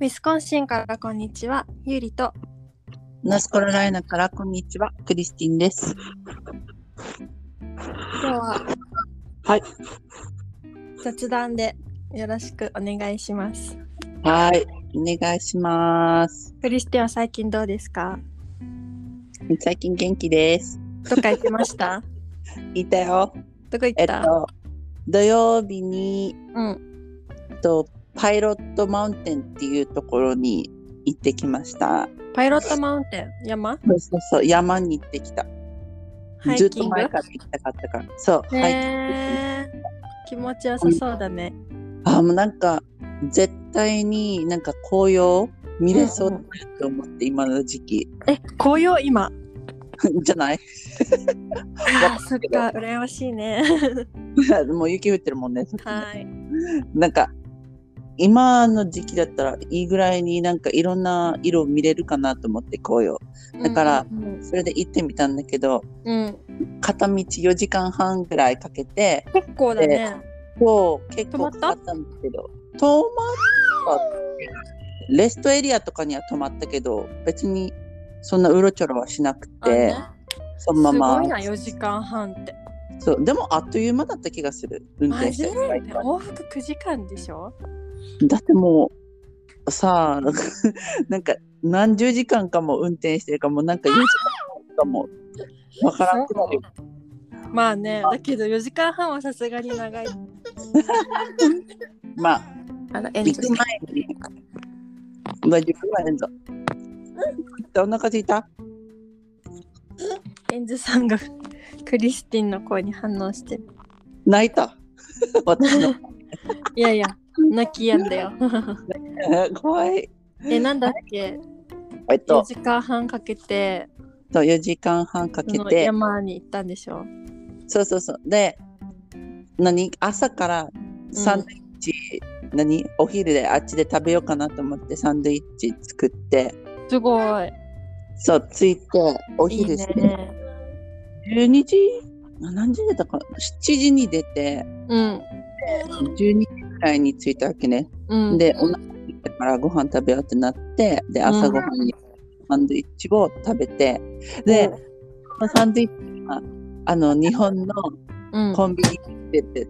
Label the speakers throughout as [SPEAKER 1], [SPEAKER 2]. [SPEAKER 1] ィスコンシンからこんにちは、ゆりと。
[SPEAKER 2] ノースカロライナからこんにちは、クリスティンです。
[SPEAKER 1] 今日は。
[SPEAKER 2] はい。
[SPEAKER 1] 雑談でよろしくお願いします。
[SPEAKER 2] はい、お願いします。
[SPEAKER 1] クリスティは最近どうですか。
[SPEAKER 2] 最近元気です。
[SPEAKER 1] どっか行きま した。
[SPEAKER 2] いたよ。
[SPEAKER 1] どこ行
[SPEAKER 2] え
[SPEAKER 1] っ。
[SPEAKER 2] ったと、土曜日に、
[SPEAKER 1] うん。
[SPEAKER 2] えっと、パイロットマウンテンっていうところに行ってきました。
[SPEAKER 1] パイロットマウンテン、山。
[SPEAKER 2] そうそうそう、山に行ってきた。
[SPEAKER 1] ハイ
[SPEAKER 2] ずっ
[SPEAKER 1] キ
[SPEAKER 2] と
[SPEAKER 1] ング。
[SPEAKER 2] 前から行きたかったから。そう、
[SPEAKER 1] へ
[SPEAKER 2] ハイキング
[SPEAKER 1] え気持ちよさそうだね。
[SPEAKER 2] あ、もうなんか、絶対になんか紅葉見れそうだなと思って、今の時期。
[SPEAKER 1] え、紅葉今。
[SPEAKER 2] じゃない
[SPEAKER 1] あー、そっか、羨ましい ね。
[SPEAKER 2] もう雪降ってるもんね。そっちね
[SPEAKER 1] はい。
[SPEAKER 2] なんか今の時期だったらいいぐらいになんかいろんな色見れるかなと思ってこうよだから
[SPEAKER 1] うん。
[SPEAKER 2] それで行ってみたんだけど
[SPEAKER 1] うんうん
[SPEAKER 2] 片道4時間半ぐらいかけて
[SPEAKER 1] 結構だね。
[SPEAKER 2] こう結構
[SPEAKER 1] 泊
[SPEAKER 2] か
[SPEAKER 1] ま
[SPEAKER 2] か
[SPEAKER 1] った
[SPEAKER 2] ったんだけど泊まったレストエリアとかには泊まったけど別にそんなうろちょろはしなく
[SPEAKER 1] あの
[SPEAKER 2] て
[SPEAKER 1] ね
[SPEAKER 2] そのます
[SPEAKER 1] ごい
[SPEAKER 2] ま
[SPEAKER 1] な4時間半って
[SPEAKER 2] そうでもあっという間だった気がする運転してる間
[SPEAKER 1] 往復9時間でしょ
[SPEAKER 2] だってもうさあ なんか何十時間かも運転してるかもなんか4時間かもわからんくなる
[SPEAKER 1] まあねだけど4時間半はさすがに長い
[SPEAKER 2] まあ
[SPEAKER 1] あのエ
[SPEAKER 2] 行く前に大丈夫だエンゾお腹すいた
[SPEAKER 1] エンズさんがクリスティンの声に反応してる
[SPEAKER 2] 泣いた私の
[SPEAKER 1] いやいや泣きやんだよ
[SPEAKER 2] 怖い
[SPEAKER 1] えなんだっけ
[SPEAKER 2] え
[SPEAKER 1] 4
[SPEAKER 2] っと
[SPEAKER 1] 時間半かけて
[SPEAKER 2] そう4時間半か
[SPEAKER 1] そ
[SPEAKER 2] け
[SPEAKER 1] の
[SPEAKER 2] て
[SPEAKER 1] 山に行ったんでしょ
[SPEAKER 2] そうそうそうで何朝からサンドイッチ、何お昼であっちで食べようかなと思ってサンドイッチ作って
[SPEAKER 1] すごい
[SPEAKER 2] そう、着いて、お
[SPEAKER 1] いい
[SPEAKER 2] 昼して、
[SPEAKER 1] ね
[SPEAKER 2] 12時あ何時出たかな ?7 時に出て、
[SPEAKER 1] うん
[SPEAKER 2] 12時ぐらいに着いたわけね。
[SPEAKER 1] うん
[SPEAKER 2] で、お腹空いたからご飯食べようってなって、で、朝ごはんにサンドイッチを食べて、で、このサンドイッチは、あの、日本の
[SPEAKER 1] うん
[SPEAKER 2] コンビニに出て、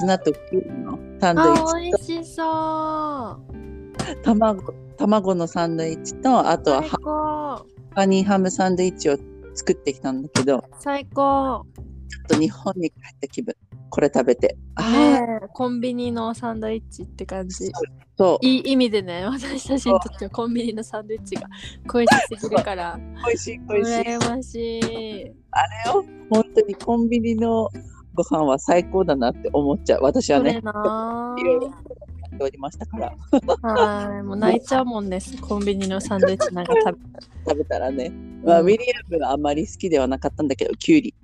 [SPEAKER 2] ツナとキュウリのサンドイ
[SPEAKER 1] あ美
[SPEAKER 2] ッ
[SPEAKER 1] 味しそう
[SPEAKER 2] チと、卵、卵のサンドイッチと、あとは
[SPEAKER 1] 最
[SPEAKER 2] ハ
[SPEAKER 1] 高
[SPEAKER 2] ハニーハムサンドイッチを作ってきたんだけど、
[SPEAKER 1] 最高
[SPEAKER 2] ちょっと日本に帰った気分。これ食べて。ああ、
[SPEAKER 1] ねえコンビニのサンドイッチって感じ
[SPEAKER 2] そう。
[SPEAKER 1] いい意味でね私たちにとってはコンビニのサンドイッチが恋しすぎるから
[SPEAKER 2] 美味しい、美味しい。
[SPEAKER 1] 羨ましい
[SPEAKER 2] 本当にコンビニのご飯は最高だなって思っちゃう。私は
[SPEAKER 1] そ
[SPEAKER 2] ね
[SPEAKER 1] れ、ない
[SPEAKER 2] ろいろやっておりましたから、
[SPEAKER 1] はいもう泣いちゃうもんねコンビニのサンドイッチなんか食
[SPEAKER 2] 食べたらね。まあ、
[SPEAKER 1] う
[SPEAKER 2] ウ
[SPEAKER 1] ん
[SPEAKER 2] ィリアムがあんまり好きではなかったんだけど、キュウリ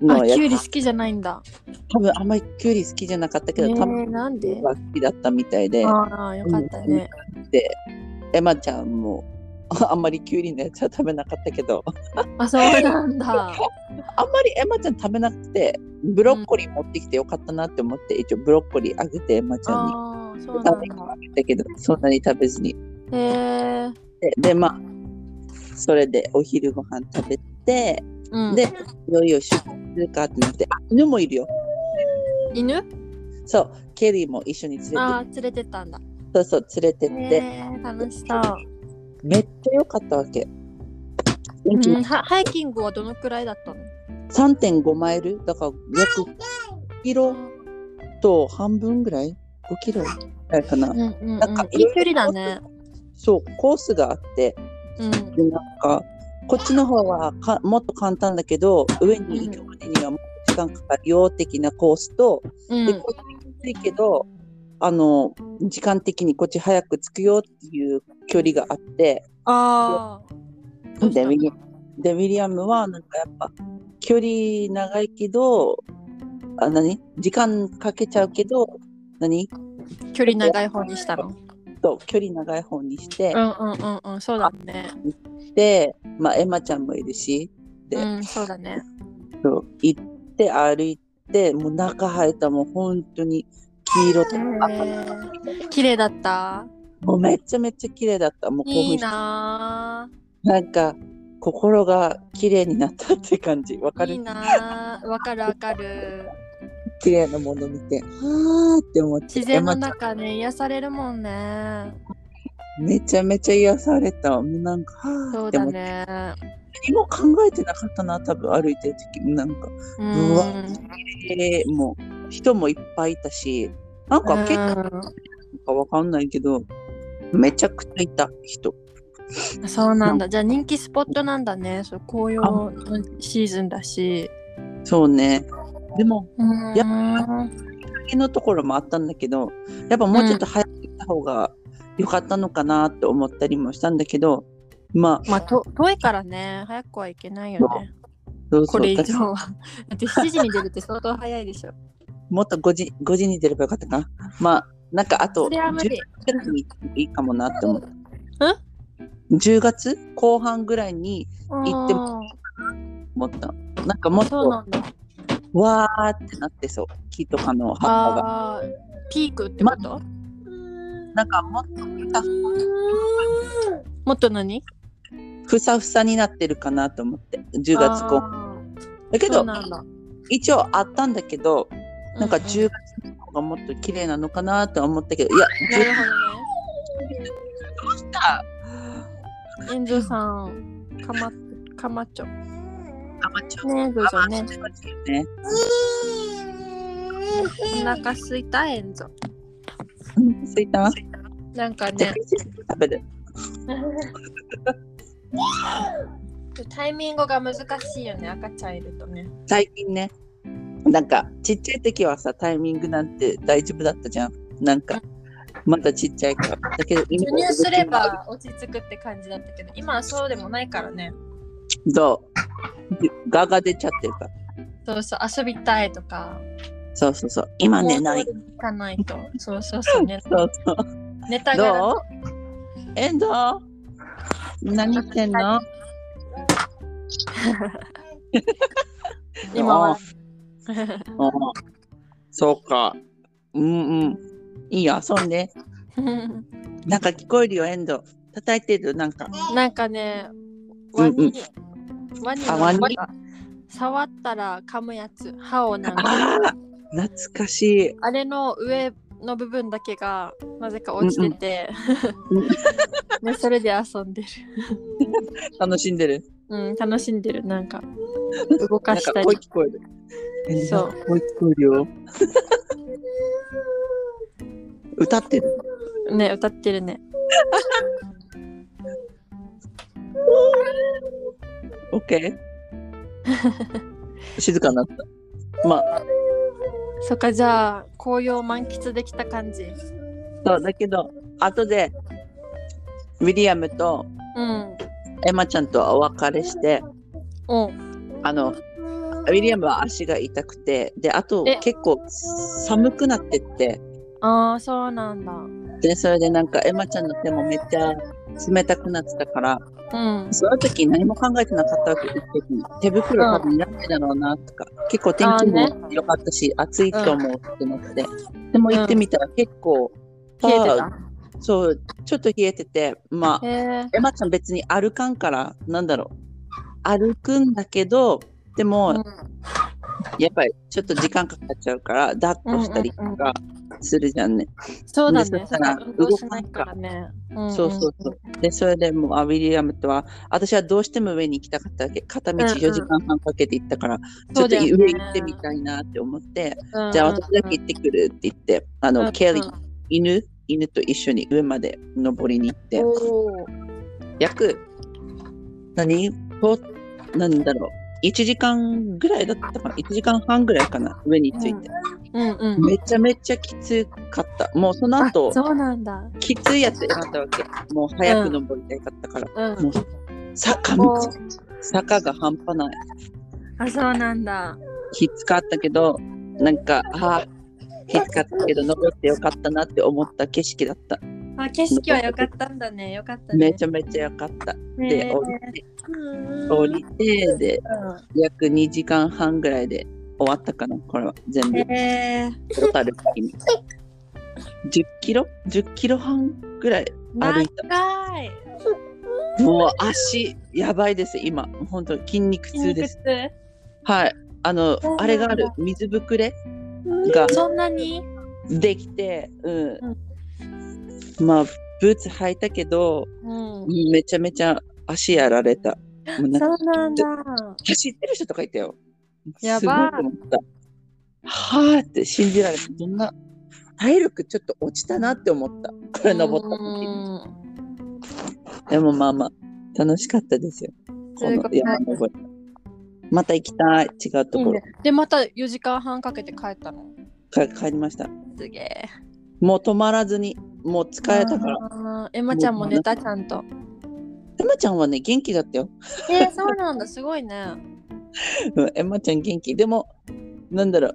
[SPEAKER 1] べ
[SPEAKER 2] の
[SPEAKER 1] あ
[SPEAKER 2] や
[SPEAKER 1] キュウリ
[SPEAKER 2] つ。
[SPEAKER 1] 好きじゃないんだ
[SPEAKER 2] 多分あんまりキュウリ好きじゃなかったけ
[SPEAKER 1] え
[SPEAKER 2] ど、多
[SPEAKER 1] ー、
[SPEAKER 2] 分
[SPEAKER 1] なんで
[SPEAKER 2] 好きだったみたいで、
[SPEAKER 1] ああよかったね
[SPEAKER 2] で、エマちゃんもあんまりキュウリのやつは食べなかったけど、
[SPEAKER 1] あそう なんだ
[SPEAKER 2] あんまりエマちゃん食べなくて、ブロッコリー持ってきてよかったなって思って、一応ブロッコリーあげてエマちゃんに。
[SPEAKER 1] ああそうなん
[SPEAKER 2] 食べ
[SPEAKER 1] だ
[SPEAKER 2] だけど、そんなに食べずに。
[SPEAKER 1] へえー
[SPEAKER 2] で、でまあ、それでお昼ご飯食べて、
[SPEAKER 1] うん、
[SPEAKER 2] で、いよいよ出発するかってなって、あ、犬もいるよ。
[SPEAKER 1] 犬
[SPEAKER 2] そう、ケリーも一緒に連れて、
[SPEAKER 1] ああ連れてったんだ。
[SPEAKER 2] そうそう、連れてっ
[SPEAKER 1] へ
[SPEAKER 2] て、
[SPEAKER 1] えー、楽しそう。
[SPEAKER 2] めっちゃ良かったわけ。元気
[SPEAKER 1] うん、はハイキングはどのくらいだったの
[SPEAKER 2] 3.5マイルだから約5キロと半分ぐらい ?5 キロぐらいかな。
[SPEAKER 1] うんうんうん、
[SPEAKER 2] なんか
[SPEAKER 1] いい距離だね。
[SPEAKER 2] そう、コースがあって、
[SPEAKER 1] うん。
[SPEAKER 2] でなんかこっちの方はかもっと簡単だけど上に行くまでにはもっと時間かかるよ的なコースと、
[SPEAKER 1] う
[SPEAKER 2] で
[SPEAKER 1] ん
[SPEAKER 2] こ。っちきついけどあの時間的にこっち早く着くよっていう距離があって
[SPEAKER 1] ああ。
[SPEAKER 2] でウィリでウィリアムはなんかやっぱ距離長いけどあ何時間かけちゃうけど何
[SPEAKER 1] 距離長い方にしたの。
[SPEAKER 2] と距離長い方にして
[SPEAKER 1] う、んうんうんうん、そうだね。
[SPEAKER 2] で、まあ、エマちゃんもいるしで
[SPEAKER 1] うん、そうだね。
[SPEAKER 2] そう行って歩いてもう中入ったもう本当に黄色と
[SPEAKER 1] へ
[SPEAKER 2] か赤とか
[SPEAKER 1] ー綺麗だった。
[SPEAKER 2] もうめっちゃめっちゃ綺麗だった。もう興
[SPEAKER 1] いい
[SPEAKER 2] 奮し
[SPEAKER 1] な
[SPEAKER 2] なんか心が綺麗になったって感じ。わか
[SPEAKER 1] ーいい
[SPEAKER 2] る
[SPEAKER 1] なーわかるわかる
[SPEAKER 2] 綺麗なもの見て、はーって思って。
[SPEAKER 1] 自然の
[SPEAKER 2] 山ちゃん
[SPEAKER 1] 中ね癒されるもんね
[SPEAKER 2] めちゃめちゃ癒された。もうなんか、は
[SPEAKER 1] そ
[SPEAKER 2] ー
[SPEAKER 1] う
[SPEAKER 2] って
[SPEAKER 1] だ
[SPEAKER 2] 思って。
[SPEAKER 1] ね
[SPEAKER 2] 何も考えてなかったな、多分歩いてる時なんか。
[SPEAKER 1] う
[SPEAKER 2] うわ
[SPEAKER 1] ん
[SPEAKER 2] えー、もう人もいっぱいいたし、なんか結構かわかんないけど、めちゃくちゃいた人。
[SPEAKER 1] うんそうなんだじゃあ人気スポットなんだねそう紅葉のシーズンだし
[SPEAKER 2] そうね。でも、
[SPEAKER 1] うん
[SPEAKER 2] や先のところもあったんだけど、やっぱもうちょっと早く行った方が良かったのかなって思ったりもしたんだけど、まあ、
[SPEAKER 1] まあと遠いからね早くはいけないよね
[SPEAKER 2] どうぞ
[SPEAKER 1] これ以
[SPEAKER 2] 私
[SPEAKER 1] 上はだって7時に出るって相当早いでしょ
[SPEAKER 2] もっと5時 ,5 時に出ればよかったかな。まあ、なんかあと
[SPEAKER 1] それは無理
[SPEAKER 2] 10月に行ってもいいかもなって思った。10月後半ぐらいに行っても思った。なんかも
[SPEAKER 1] うん
[SPEAKER 2] っ
[SPEAKER 1] そう
[SPEAKER 2] と
[SPEAKER 1] なんだ
[SPEAKER 2] わーってなってそう木とかの葉っぱが
[SPEAKER 1] あーピークってこと、
[SPEAKER 2] なんかもっとふさ
[SPEAKER 1] もっと何
[SPEAKER 2] ふさふさになってるかなと思って10月後半
[SPEAKER 1] あー
[SPEAKER 2] だけ
[SPEAKER 1] そう
[SPEAKER 2] ど
[SPEAKER 1] なんだ
[SPEAKER 2] 一応あったんだけどなんか
[SPEAKER 1] うう
[SPEAKER 2] 10月の方がもっと綺麗なのかなとは思ったけどいや
[SPEAKER 1] なるほ
[SPEAKER 2] 10月
[SPEAKER 1] どね遠藤さんかまかまっちょね
[SPEAKER 2] あまあちょっ
[SPEAKER 1] えどうぞ
[SPEAKER 2] とあまあ
[SPEAKER 1] ね
[SPEAKER 2] ちょっとね
[SPEAKER 1] お腹すいた遠藤
[SPEAKER 2] うんすいた
[SPEAKER 1] なんか
[SPEAKER 2] じゃあ
[SPEAKER 1] ね
[SPEAKER 2] 食べる
[SPEAKER 1] タイミングが難しいよね赤ちゃんいるとね
[SPEAKER 2] 最近ねなんかちっちゃい時はさタイミングなんて大丈夫だったじゃんなんかまだちっちゃいからだけど
[SPEAKER 1] 授
[SPEAKER 2] 今
[SPEAKER 1] 乳すれば落ち着くって感じだったけど今はそうでもないからね
[SPEAKER 2] そうガが出ちゃってるから
[SPEAKER 1] そうそう遊びたいとか
[SPEAKER 2] そうそうそう。今ね、ない。
[SPEAKER 1] 行かないとそうそうそう ね
[SPEAKER 2] そうそう。
[SPEAKER 1] ネタが
[SPEAKER 2] どう遠藤何言ってんの
[SPEAKER 1] 今は
[SPEAKER 2] うんそうか。うんうん。いいよ、遊んで。なんか聞こえるよ、遠藤。叩いてる、なんか。
[SPEAKER 1] なんかね
[SPEAKER 2] うん
[SPEAKER 1] ワ
[SPEAKER 2] うん
[SPEAKER 1] ニ、ワニ
[SPEAKER 2] あワニ
[SPEAKER 1] が触ったら噛むやつ歯をなんか
[SPEAKER 2] ああ懐かしい。
[SPEAKER 1] あれの上の部分だけがなぜか落ちてて、
[SPEAKER 2] うん
[SPEAKER 1] ねそれで遊んでる、
[SPEAKER 2] 楽しんでる。
[SPEAKER 1] うん、楽しんでるなんか動
[SPEAKER 2] な
[SPEAKER 1] か
[SPEAKER 2] ん
[SPEAKER 1] し
[SPEAKER 2] か
[SPEAKER 1] た
[SPEAKER 2] 声
[SPEAKER 1] り
[SPEAKER 2] 聞こえる。遠藤
[SPEAKER 1] そう
[SPEAKER 2] 声聞こえるよ。歌ってる。
[SPEAKER 1] ね歌ってるね
[SPEAKER 2] オ ッケー静かになった。まあ、
[SPEAKER 1] そっかじゃあ紅葉満喫できた感じ
[SPEAKER 2] そうだけど後でウィリアムと
[SPEAKER 1] うん
[SPEAKER 2] エマちゃんとはお別れして
[SPEAKER 1] お
[SPEAKER 2] あのウィリアムは足が痛くてであと
[SPEAKER 1] え
[SPEAKER 2] 結構寒くなってって
[SPEAKER 1] ああそうなんだ
[SPEAKER 2] でそれでなんかエマちゃんの手もめっちゃ冷たくなってたから
[SPEAKER 1] うん
[SPEAKER 2] その時何も考えてなかったわけですけど手袋多分いらないだろうなとか結構天気
[SPEAKER 1] あ
[SPEAKER 2] も良かったし、暑いと思うってなってでも行ってみたら結構、
[SPEAKER 1] 冷えて
[SPEAKER 2] あそうちょっと冷えててまあ
[SPEAKER 1] たへ
[SPEAKER 2] エマちゃん別に歩かんからなんだろう歩くんだけどで
[SPEAKER 1] え
[SPEAKER 2] もやっぱりちょっと時間かかっちゃうから抱っこしたりとかするじゃんね、
[SPEAKER 1] そうだ
[SPEAKER 2] で
[SPEAKER 1] ね
[SPEAKER 2] そした
[SPEAKER 1] そ
[SPEAKER 2] ら
[SPEAKER 1] っか運動しないからねん
[SPEAKER 2] そうそうそうでそれでもうあウィリアムとは私はどうしても上に行きたかったわけ片道
[SPEAKER 1] うんうん
[SPEAKER 2] 4時間半かけて行ったから、ちょ
[SPEAKER 1] そ
[SPEAKER 2] っ
[SPEAKER 1] う
[SPEAKER 2] と
[SPEAKER 1] だよね
[SPEAKER 2] 上行ってみたいなって思って、じゃあ私だけ行ってくるって言ってあの、
[SPEAKER 1] うん
[SPEAKER 2] ケリ
[SPEAKER 1] う
[SPEAKER 2] ー
[SPEAKER 1] ん
[SPEAKER 2] 犬犬と一緒に上まで登りに行って
[SPEAKER 1] おー
[SPEAKER 2] 約何と何だろう1時間ぐらいだったかな1時間半ぐらいかな上について、
[SPEAKER 1] うんうん。
[SPEAKER 2] めちゃめちゃきつかったもうその
[SPEAKER 1] あ
[SPEAKER 2] 後
[SPEAKER 1] そうなんだ。
[SPEAKER 2] きついやつ選んだわけもう早く登りたかったから、
[SPEAKER 1] うん。
[SPEAKER 2] もう坂道
[SPEAKER 1] お
[SPEAKER 2] 坂が半端ない
[SPEAKER 1] あ、そうなんだ。
[SPEAKER 2] きつかったけどなんかあーきつかったけど登ってよかったなって思った景色だった
[SPEAKER 1] あ、景色は良かったんだね。良かったね。
[SPEAKER 2] めちゃめちゃよかった
[SPEAKER 1] ね
[SPEAKER 2] で降りて降りてで約2時間半ぐらいで終わったかな、これは全
[SPEAKER 1] うん
[SPEAKER 2] 部。
[SPEAKER 1] へえ
[SPEAKER 2] トータル的に。 10キロ ?10 キロ半ぐらい歩
[SPEAKER 1] 長
[SPEAKER 2] いた。
[SPEAKER 1] い
[SPEAKER 2] もう足、やばいです、今。本当筋肉痛です。
[SPEAKER 1] 筋
[SPEAKER 2] はい。あの
[SPEAKER 1] そうなん、だ
[SPEAKER 2] あれがある、水ぶくれ
[SPEAKER 1] 肉
[SPEAKER 2] が
[SPEAKER 1] 痛そんなに
[SPEAKER 2] できて、うん。まあ、ブーツ履いたけど、
[SPEAKER 1] うん
[SPEAKER 2] めちゃめちゃ足やられた。もうなんか
[SPEAKER 1] そうなんだ
[SPEAKER 2] 走ってる人とかいたよ。
[SPEAKER 1] やば
[SPEAKER 2] すごいと思った。はあって信じられない。どんな体力ちょっと落ちたなって思った。これ登った時。
[SPEAKER 1] うん
[SPEAKER 2] でもまあまあ楽しかったですよ。この山登り。また行きたい。違うと
[SPEAKER 1] いい
[SPEAKER 2] ころ
[SPEAKER 1] ねでまた4時間半かけて帰ったの
[SPEAKER 2] か帰りました。
[SPEAKER 1] すげえ
[SPEAKER 2] もう止まらずに、もう疲れたから。
[SPEAKER 1] らエマちゃんも寝たちゃんと
[SPEAKER 2] エマちゃんはね、元気だったよ。
[SPEAKER 1] えー、そうなんだすごいね
[SPEAKER 2] うんエマちゃん元気。でも、なんだろ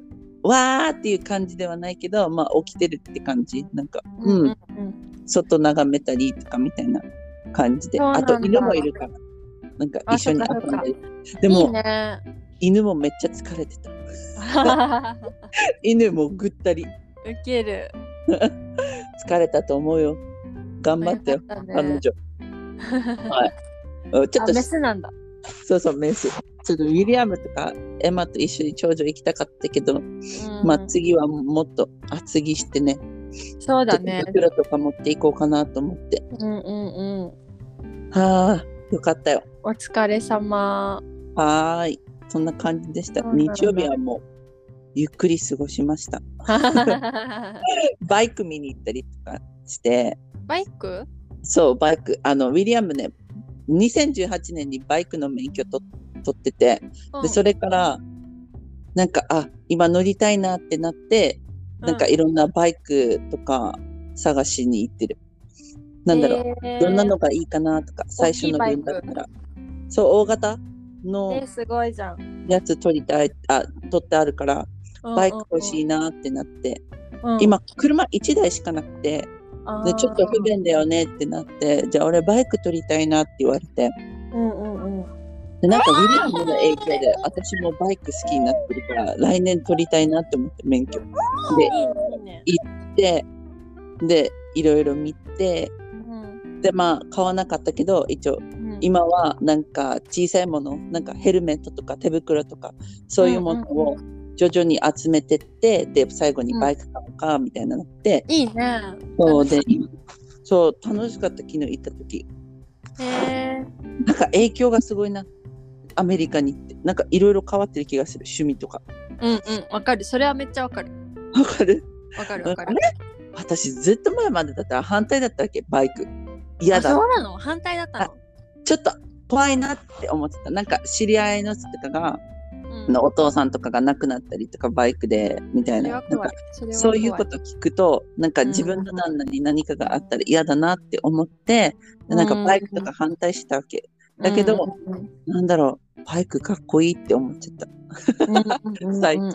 [SPEAKER 2] う。わーっていう感じではないけど、まあ起きてるって感じ。なんか、うん、
[SPEAKER 1] うん
[SPEAKER 2] 外眺めたりとかみたいな感じで、
[SPEAKER 1] そうな
[SPEAKER 2] あ
[SPEAKER 1] んだ
[SPEAKER 2] と犬もいるから、なんか
[SPEAKER 1] あ
[SPEAKER 2] 一緒に遊
[SPEAKER 1] そっかそっ
[SPEAKER 2] ん
[SPEAKER 1] か
[SPEAKER 2] だり。でも
[SPEAKER 1] いい ね
[SPEAKER 2] 犬もめっちゃ疲れてた。犬もぐったり
[SPEAKER 1] ウケる
[SPEAKER 2] 疲れたと思うよ。頑張ったよ、
[SPEAKER 1] よかったね
[SPEAKER 2] 彼女。はい。うんちょっ
[SPEAKER 1] あ
[SPEAKER 2] と
[SPEAKER 1] メスなんだ
[SPEAKER 2] そうそうメス。ちょっとウィリアムとかエマと一緒に頂上行きたかったけど、
[SPEAKER 1] うん
[SPEAKER 2] まあ次はもっと厚着してね、
[SPEAKER 1] そうだね
[SPEAKER 2] 袋とか持っていこうかなと思って。
[SPEAKER 1] うんうんうん
[SPEAKER 2] はあ、よかったよ。
[SPEAKER 1] お疲れ 様
[SPEAKER 2] はーい。そんな感じでした。
[SPEAKER 1] そうなんだ
[SPEAKER 2] 日曜日はもう、ゆっくり過ごしました。バイク見に行ったりとかして、
[SPEAKER 1] バイク
[SPEAKER 2] そう、バイク、あの、ウィリアムね、2018年にバイクの免許と取ってて、で、そ
[SPEAKER 1] れ
[SPEAKER 2] れから、なんか、あ、今乗りたいなってなって、なんかいろんなバイクとか探しに行ってる。なんだろう、
[SPEAKER 1] う
[SPEAKER 2] どんなのがいいかなとか、最初の
[SPEAKER 1] 大きい
[SPEAKER 2] 便
[SPEAKER 1] バ
[SPEAKER 2] だ
[SPEAKER 1] イ
[SPEAKER 2] っ
[SPEAKER 1] ク
[SPEAKER 2] たら。そう、大型の、
[SPEAKER 1] えーすごいじゃん
[SPEAKER 2] やつ取りたいあ取ってあるからバイク欲し
[SPEAKER 1] い
[SPEAKER 2] いなってなって、
[SPEAKER 1] 今
[SPEAKER 2] 今車1台しかなくてでちょっと不便だよねってなってじゃあ俺バイク取りたいなって言われて
[SPEAKER 1] うんうんうん
[SPEAKER 2] でなんかウィリアムの影響で私もバイク好きになってるから来年取りたいなって思って免許
[SPEAKER 1] いいねいいね
[SPEAKER 2] ででいろいろ見て
[SPEAKER 1] うん
[SPEAKER 2] でまあ買わなかったけど一応
[SPEAKER 1] うん
[SPEAKER 2] 今はなんか小さいものなんかヘルメットとか手袋とかそういうものを徐々に集めてって、で最後にバイク買おうかみたいなのって、
[SPEAKER 1] いいね
[SPEAKER 2] そうでそう楽しかった昨日行った時
[SPEAKER 1] へえ
[SPEAKER 2] なんか影響がすごいなアメリカに行ってなんかいろいろ変わってる気がする趣味とか
[SPEAKER 1] うんうんわかるそれはめっちゃわかる
[SPEAKER 2] わかる
[SPEAKER 1] わかるわかる
[SPEAKER 2] あ私ずっと前までだったら反対だったわけバイク嫌
[SPEAKER 1] あ
[SPEAKER 2] だ
[SPEAKER 1] そうなの反対だったの
[SPEAKER 2] ちょっと怖いなって思ってたなんか知り合いの人とかが、
[SPEAKER 1] うん
[SPEAKER 2] のお父さんとかが亡くなったりとかバイクでみた
[SPEAKER 1] そ
[SPEAKER 2] い
[SPEAKER 1] れは
[SPEAKER 2] ななんか
[SPEAKER 1] 怖いそれは
[SPEAKER 2] そういう
[SPEAKER 1] 怖
[SPEAKER 2] こと聞くと、なんか
[SPEAKER 1] うん
[SPEAKER 2] 自分の旦那に何かがあったら嫌だなって思って、でなんかバイクとか反対したわけ。だけど
[SPEAKER 1] うんうん
[SPEAKER 2] なんだろう、バイクかっこいいって思っちゃった。
[SPEAKER 1] うんうん
[SPEAKER 2] 最
[SPEAKER 1] 近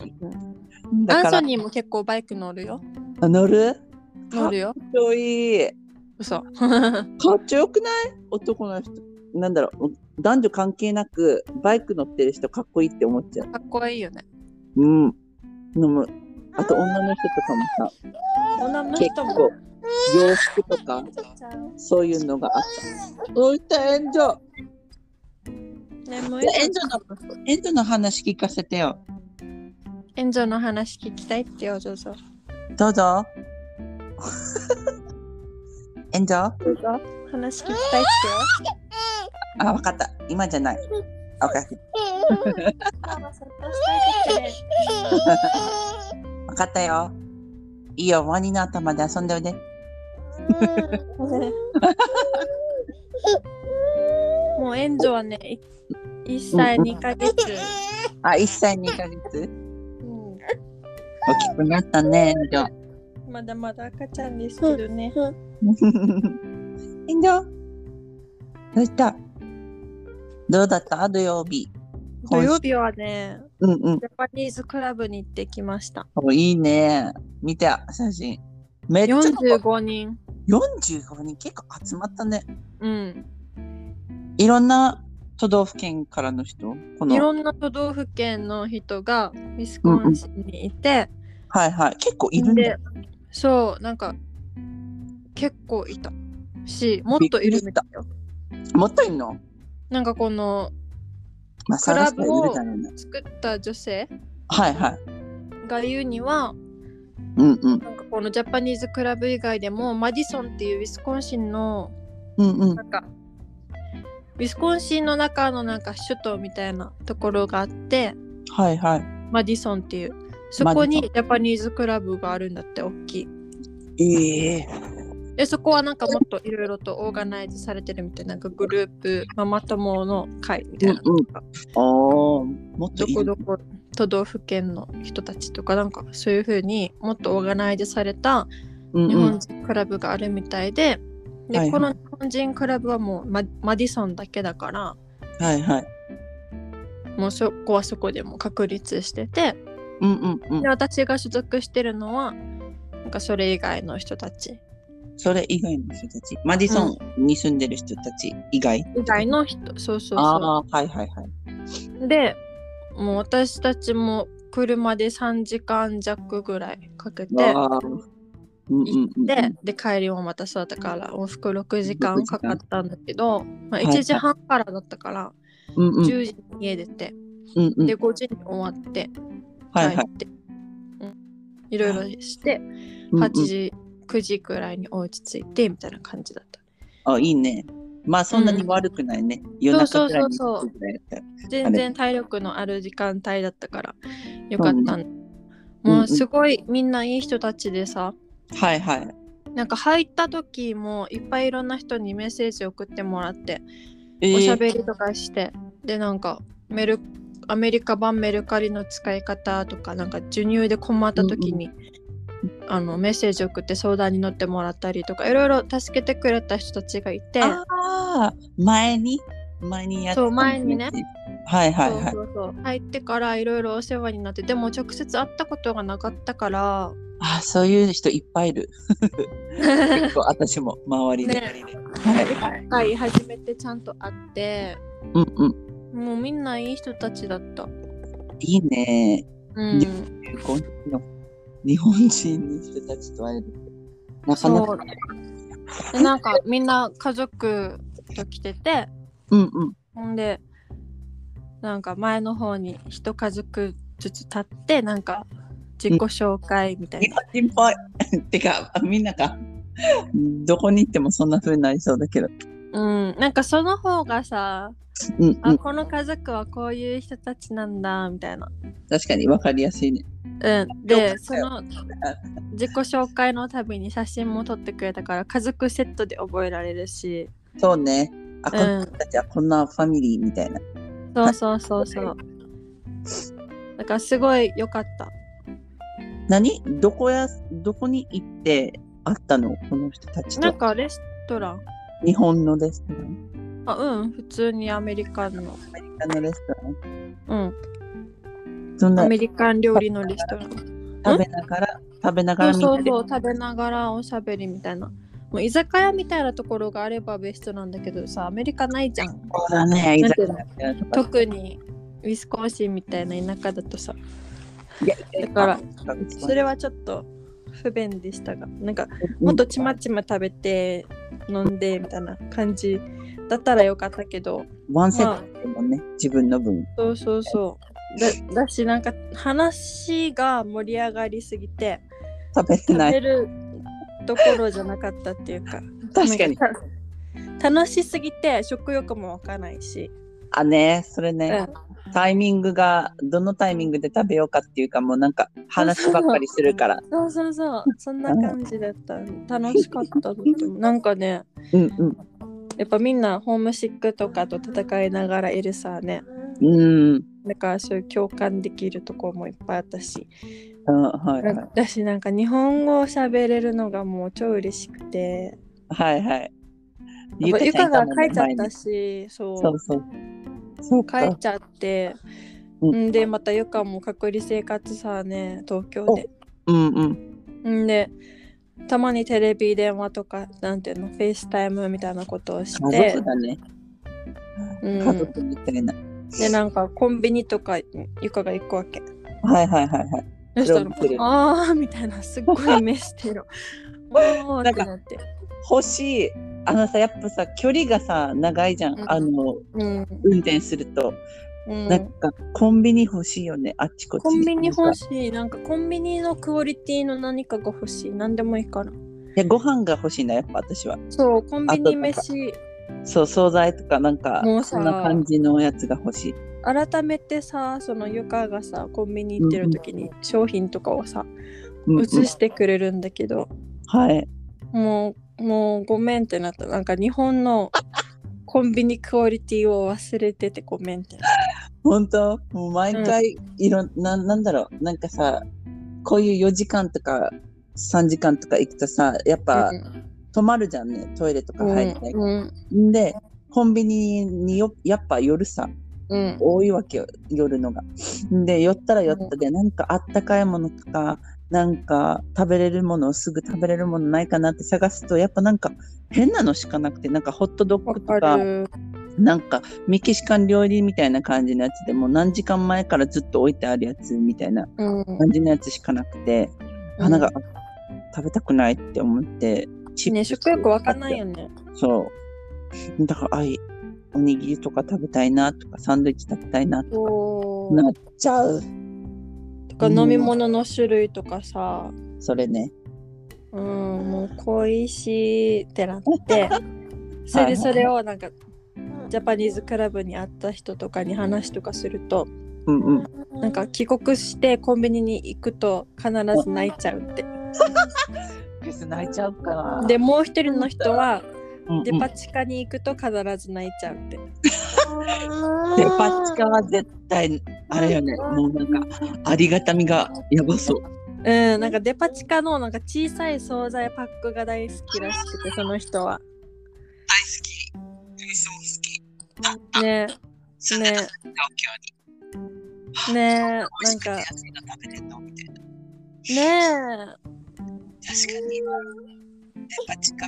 [SPEAKER 2] だ
[SPEAKER 1] アンソ
[SPEAKER 2] から、
[SPEAKER 1] ニーも結構バイク乗るよ
[SPEAKER 2] あ乗る
[SPEAKER 1] 乗るよ
[SPEAKER 2] かっこいい。
[SPEAKER 1] 嘘
[SPEAKER 2] かっちょよくない男の人。なんだろう、男女関係なく、バイク乗ってる人かっこいいって思っちゃう。
[SPEAKER 1] かっこいいよね。
[SPEAKER 2] うん。でも、あと女の人とかもさ、
[SPEAKER 1] 女の
[SPEAKER 2] 結
[SPEAKER 1] 人も
[SPEAKER 2] 構。、洋服とか、そういうのがあった。そういった援助。
[SPEAKER 1] 眠い
[SPEAKER 2] じゃあ援助の、援助の話聞かせてよ。
[SPEAKER 1] 援助の話聞きたいってよ、どうぞ。
[SPEAKER 2] どうぞ。 エンジョあ、
[SPEAKER 1] どうぞ。話聞きたいっ
[SPEAKER 2] わかった。今じゃない。わかった
[SPEAKER 1] てよ。
[SPEAKER 2] わかったよ。いいよ、ワニの頭で遊んでおいで。
[SPEAKER 1] もう援助はね、1歳2ヶ月。
[SPEAKER 2] あ、1歳2ヶ月。
[SPEAKER 1] うん
[SPEAKER 2] 大きくなったね、エンジョ。
[SPEAKER 1] まだまだ赤ちゃんですけどね。
[SPEAKER 2] エンジョ。どうしたどうだった土曜日。
[SPEAKER 1] 土曜日はね、
[SPEAKER 2] うんうん
[SPEAKER 1] ジャパニーズクラブに行ってきました。
[SPEAKER 2] お。いいね。見て、写真。めっちゃ
[SPEAKER 1] 45人。
[SPEAKER 2] 45人結構集まったね。
[SPEAKER 1] うん。
[SPEAKER 2] いろんな都道府県からの人この
[SPEAKER 1] いろんな都道府県の人がウィスコンシンにいて、
[SPEAKER 2] はいはい。結構いるんだ
[SPEAKER 1] で
[SPEAKER 2] よ。
[SPEAKER 1] そうなんか結構いたしもっといるみたいよ
[SPEAKER 2] もっといんの
[SPEAKER 1] なんかこの
[SPEAKER 2] まあ、
[SPEAKER 1] クラブを
[SPEAKER 2] 探したらいるだろうね
[SPEAKER 1] 作った女性
[SPEAKER 2] はいはい。
[SPEAKER 1] が言うには
[SPEAKER 2] うんうん。
[SPEAKER 1] なんかこのジャパニーズクラブ以外でもマディソンっていうウィスコンシンの
[SPEAKER 2] うんうん
[SPEAKER 1] な。んかウィスコンシンの中のなんか首都みたいなところがあって
[SPEAKER 2] はいはい。
[SPEAKER 1] マディソンっていうそこに
[SPEAKER 2] マ
[SPEAKER 1] ジャパニーズクラブがあるんだって大きい
[SPEAKER 2] ええ
[SPEAKER 1] でそこはなんかもっといろいろとオーガナイズされてるみたいななんかグループママ友の会みたいなのとか、
[SPEAKER 2] ああ、もっ
[SPEAKER 1] ど
[SPEAKER 2] とい
[SPEAKER 1] こ
[SPEAKER 2] る
[SPEAKER 1] どこ都道府県の人たちとかなんかそういう風にもっとオーガナイズされた
[SPEAKER 2] うん
[SPEAKER 1] 日
[SPEAKER 2] う
[SPEAKER 1] 本
[SPEAKER 2] ん。
[SPEAKER 1] 人クラブがあるみたいで、で、
[SPEAKER 2] はい
[SPEAKER 1] この日本人クラブはもうママディソンだけだから
[SPEAKER 2] はいはい。
[SPEAKER 1] もうそこはそこでも確立してて
[SPEAKER 2] うんうんうん
[SPEAKER 1] で。私が所属してるのはなんかそれ以外の人たち
[SPEAKER 2] それ以外の人たち。マディソンに住んでる人たち以外。
[SPEAKER 1] 以外の人そうそう
[SPEAKER 2] あ
[SPEAKER 1] そ
[SPEAKER 2] あ、はいはいはい。
[SPEAKER 1] うでもう私たちも車で3時間弱ぐらいかけて行
[SPEAKER 2] わあ。うんうんうん。
[SPEAKER 1] ってで帰りもまたそうだから往復6時間
[SPEAKER 2] 6時
[SPEAKER 1] か
[SPEAKER 2] 間
[SPEAKER 1] かったんだけど、まあ、
[SPEAKER 2] いはい
[SPEAKER 1] 1時半からだったから
[SPEAKER 2] うんうん。
[SPEAKER 1] 10時に家出て
[SPEAKER 2] うんうん
[SPEAKER 1] で。5時に終わって帰
[SPEAKER 2] は
[SPEAKER 1] っ
[SPEAKER 2] い
[SPEAKER 1] て、
[SPEAKER 2] はい。
[SPEAKER 1] うんいろいろして
[SPEAKER 2] うんうん
[SPEAKER 1] 8時9時くらいにお家着いてみたいな感じだった
[SPEAKER 2] あ、いいね。まあそんなに悪くないね。夜中くらいに
[SPEAKER 1] そうそうそうそう
[SPEAKER 2] 着くぐらいだったら
[SPEAKER 1] 全然体力のある時間帯だったからよかったん
[SPEAKER 2] うん
[SPEAKER 1] もうすごいみんないい人たちでさ
[SPEAKER 2] はいはい。
[SPEAKER 1] なんか入った時もいっぱいいろんな人にメッセージ送ってもらって
[SPEAKER 2] え
[SPEAKER 1] おしゃべりとかしてでなんかメルアメリカ版メルカリの使い方とかなんか授乳で困った時に、あのメッセージ送って相談に乗ってもらったりとかいろいろ助けてくれた人たちがいて
[SPEAKER 2] ああ、前に前にやってた
[SPEAKER 1] そう前にね。
[SPEAKER 2] はいはい
[SPEAKER 1] そう
[SPEAKER 2] はい
[SPEAKER 1] そ。うそう入ってからいろいろお世話になってでも直接会ったことがなかった から
[SPEAKER 2] あそういう人いっぱい いる。結構私も周りで。
[SPEAKER 1] ね
[SPEAKER 2] はい。
[SPEAKER 1] 今回初めてちゃんと会って
[SPEAKER 2] うんうん。
[SPEAKER 1] もうみんないい人たちだった。
[SPEAKER 2] いいね。
[SPEAKER 1] うん、
[SPEAKER 2] この日本人の人たちと会える。なかな
[SPEAKER 1] そ
[SPEAKER 2] か。
[SPEAKER 1] うでなんかみんな家族と来てて
[SPEAKER 2] うんうん。
[SPEAKER 1] ほんでなんか前の方に一家族ずつ立ってなんか自己紹介みたい
[SPEAKER 2] 日
[SPEAKER 1] な、
[SPEAKER 2] 本人っぽい。 てか、あみんなか。どこに行ってもそんな風になりそうだけど。
[SPEAKER 1] うん、なんかその方がさ
[SPEAKER 2] うん、うん。
[SPEAKER 1] あ、この家族はこういう人たちなんだみたいな、
[SPEAKER 2] 確かに分かりやすいね。
[SPEAKER 1] うん、
[SPEAKER 2] よか
[SPEAKER 1] で
[SPEAKER 2] っ
[SPEAKER 1] そ
[SPEAKER 2] たよ
[SPEAKER 1] の自己紹介のたびに写真も撮ってくれたから家族セットで覚えられるし
[SPEAKER 2] そうね。あ、こ
[SPEAKER 1] うん
[SPEAKER 2] の人たちはこんなファミリーみたいな。
[SPEAKER 1] そうそうそう そうだからすごい良かった
[SPEAKER 2] 何どこや、どこに行って会ったのこの人たち
[SPEAKER 1] な
[SPEAKER 2] と
[SPEAKER 1] ん。かレストラン
[SPEAKER 2] 日本のレストラン。
[SPEAKER 1] あうん普通にアメリカンの
[SPEAKER 2] アメリカのレストラン。
[SPEAKER 1] うん
[SPEAKER 2] そん
[SPEAKER 1] ア
[SPEAKER 2] な
[SPEAKER 1] メリカン料理のレストラン。
[SPEAKER 2] 食べながら、食べなが
[SPEAKER 1] そ
[SPEAKER 2] ら
[SPEAKER 1] う
[SPEAKER 2] みんな
[SPEAKER 1] そう
[SPEAKER 2] で
[SPEAKER 1] そう、食べながらおしゃべりみたいな。もう居酒屋みたいなところがあればベストなんだけどさ、アメリカないじゃん。
[SPEAKER 2] そうだね、居
[SPEAKER 1] なんて
[SPEAKER 2] 酒
[SPEAKER 1] い
[SPEAKER 2] 屋
[SPEAKER 1] うの
[SPEAKER 2] とか
[SPEAKER 1] 特にウィスコンシンみたいな田舎だとさ、
[SPEAKER 2] いや
[SPEAKER 1] だからそ
[SPEAKER 2] それ
[SPEAKER 1] れはちょっと不便でしたが、なんかもっとちまちま食べて飲んでみたいな感じだったらよかったけど、
[SPEAKER 2] ワンセットでもね、自分の分。
[SPEAKER 1] そうそうそう。 だだしなんか話が盛り上がりすぎて
[SPEAKER 2] 食べて
[SPEAKER 1] 食
[SPEAKER 2] ない。
[SPEAKER 1] べるところじゃなかったっていうか
[SPEAKER 2] 確かに。
[SPEAKER 1] なんかた楽しすぎて食欲も湧かないし、
[SPEAKER 2] あ、ね、それ
[SPEAKER 1] う
[SPEAKER 2] ね、
[SPEAKER 1] ん
[SPEAKER 2] タイミングが、どのタイミングで食べようかっていうか、もうなんか話ばっかりするから。
[SPEAKER 1] そうそうそうそんな感じだった楽しかったのでもなんかね
[SPEAKER 2] うんうん。
[SPEAKER 1] やっぱみんなホームシックとかと戦いながらいるさね
[SPEAKER 2] うん。
[SPEAKER 1] だからそういう共感できるところもいっぱいあったし
[SPEAKER 2] うんはいは
[SPEAKER 1] ないんかだしなんか日本語を喋れるのがもう超嬉しくて
[SPEAKER 2] はいはい。
[SPEAKER 1] やっぱゆ
[SPEAKER 2] ち
[SPEAKER 1] か
[SPEAKER 2] ゃんた
[SPEAKER 1] が
[SPEAKER 2] もん
[SPEAKER 1] 帰
[SPEAKER 2] ね
[SPEAKER 1] っちゃっ
[SPEAKER 2] 前
[SPEAKER 1] た
[SPEAKER 2] に
[SPEAKER 1] しそう
[SPEAKER 2] そうそう。そう
[SPEAKER 1] 帰
[SPEAKER 2] か
[SPEAKER 1] っ。ちゃって、
[SPEAKER 2] うん
[SPEAKER 1] ん、でまたゆかも隔離生活さね東京で
[SPEAKER 2] うんうん。
[SPEAKER 1] んでたまにテレビ電話とかなんていうのフェイスタイムみたいなことをし
[SPEAKER 2] 家
[SPEAKER 1] て
[SPEAKER 2] 族、だね。
[SPEAKER 1] うん
[SPEAKER 2] 家族みたいな。
[SPEAKER 1] でなんかコンビニとかゆかが行くわけ
[SPEAKER 2] はいはいはいはい。
[SPEAKER 1] そしたら
[SPEAKER 2] ロングセラー
[SPEAKER 1] ああみたいなすっごいメス テロああってなって
[SPEAKER 2] 欲しいあのさやっぱさ距離がさ長いじゃん、
[SPEAKER 1] うん
[SPEAKER 2] あの
[SPEAKER 1] うん、
[SPEAKER 2] 運転すると、
[SPEAKER 1] うん
[SPEAKER 2] なんかコンビニ欲しいよねあっちこっち
[SPEAKER 1] コンビニ欲
[SPEAKER 2] い
[SPEAKER 1] しいなんかコンビニのクオリティの何かが欲しい何でもいいから
[SPEAKER 2] やご飯が欲しいなやっぱ私は
[SPEAKER 1] そうコンビ
[SPEAKER 2] あと
[SPEAKER 1] ニ
[SPEAKER 2] なんか
[SPEAKER 1] 飯
[SPEAKER 2] そう惣菜とかなんか
[SPEAKER 1] もうさ
[SPEAKER 2] そんな感じのやつが欲しい
[SPEAKER 1] 改めてさそのゆかがさコンビニ行ってる時に商品とかをさ
[SPEAKER 2] うんうん
[SPEAKER 1] 映してくれるんだけど、
[SPEAKER 2] はい
[SPEAKER 1] もうもうごめんってなったなんか日本 のコンビニクオリティを忘れててごめんってなっ
[SPEAKER 2] 本当もう毎回いろんななんだろうなんかさこういう4時間とか3時間とか行くとさやったぱ止まるじゃんねトイレとか
[SPEAKER 1] うん
[SPEAKER 2] 入って、
[SPEAKER 1] うん
[SPEAKER 2] ん、でコンビニによやっぱ夜さ
[SPEAKER 1] うん
[SPEAKER 2] 多いわけよ夜のが。で寄ったら寄ったでなんかあったかいものとかなんか食べれるものすぐ食べれるものないかなって探すとやっぱなんか変なのしかなくてなんかホットドッ
[SPEAKER 1] わ
[SPEAKER 2] グと
[SPEAKER 1] か
[SPEAKER 2] か
[SPEAKER 1] る
[SPEAKER 2] なんかメキシカン料理みたいな感じのやつでもう何時間前からずっと置いてあるやつみたいな
[SPEAKER 1] うん
[SPEAKER 2] 感じのやつしかなくて、あなんか食べたくないって思ってチップ
[SPEAKER 1] ね
[SPEAKER 2] ス
[SPEAKER 1] 食欲わかんないよね
[SPEAKER 2] そう。だから、あい、おにぎりとか食べたいなとか、サンドイッチ食べたいなとか、
[SPEAKER 1] そう
[SPEAKER 2] なっちゃう。
[SPEAKER 1] とか飲み物の種類とかさ
[SPEAKER 2] それね。
[SPEAKER 1] うんもう恋しいってなって それでそれをなんかジャパニーズクラブに会った人とかに話とかすると
[SPEAKER 2] うんうん。
[SPEAKER 1] なんか帰国してコンビニに行くと必ず泣いちゃうって
[SPEAKER 2] クス泣いちゃうかな
[SPEAKER 1] でもう一人の人は
[SPEAKER 2] うんうん
[SPEAKER 1] デ
[SPEAKER 2] デ
[SPEAKER 1] パ
[SPEAKER 2] パ
[SPEAKER 1] 地下に行くと必ず泣いちゃうって
[SPEAKER 2] 地下は絶対、あれよね。もうなんか、ありがたみがやばそう。
[SPEAKER 1] うんなんかデパ地下のなんか小さい惣菜パックが大好きらしくてその人は
[SPEAKER 2] 大好き。クリスも好き。
[SPEAKER 1] ね
[SPEAKER 2] 住んで
[SPEAKER 1] ね
[SPEAKER 2] た東京に。
[SPEAKER 1] ね
[SPEAKER 2] 美
[SPEAKER 1] な
[SPEAKER 2] 味
[SPEAKER 1] ん
[SPEAKER 2] しくて
[SPEAKER 1] か
[SPEAKER 2] 安いの食べてんのみたいな。
[SPEAKER 1] ね
[SPEAKER 2] 確かに。デパ地下。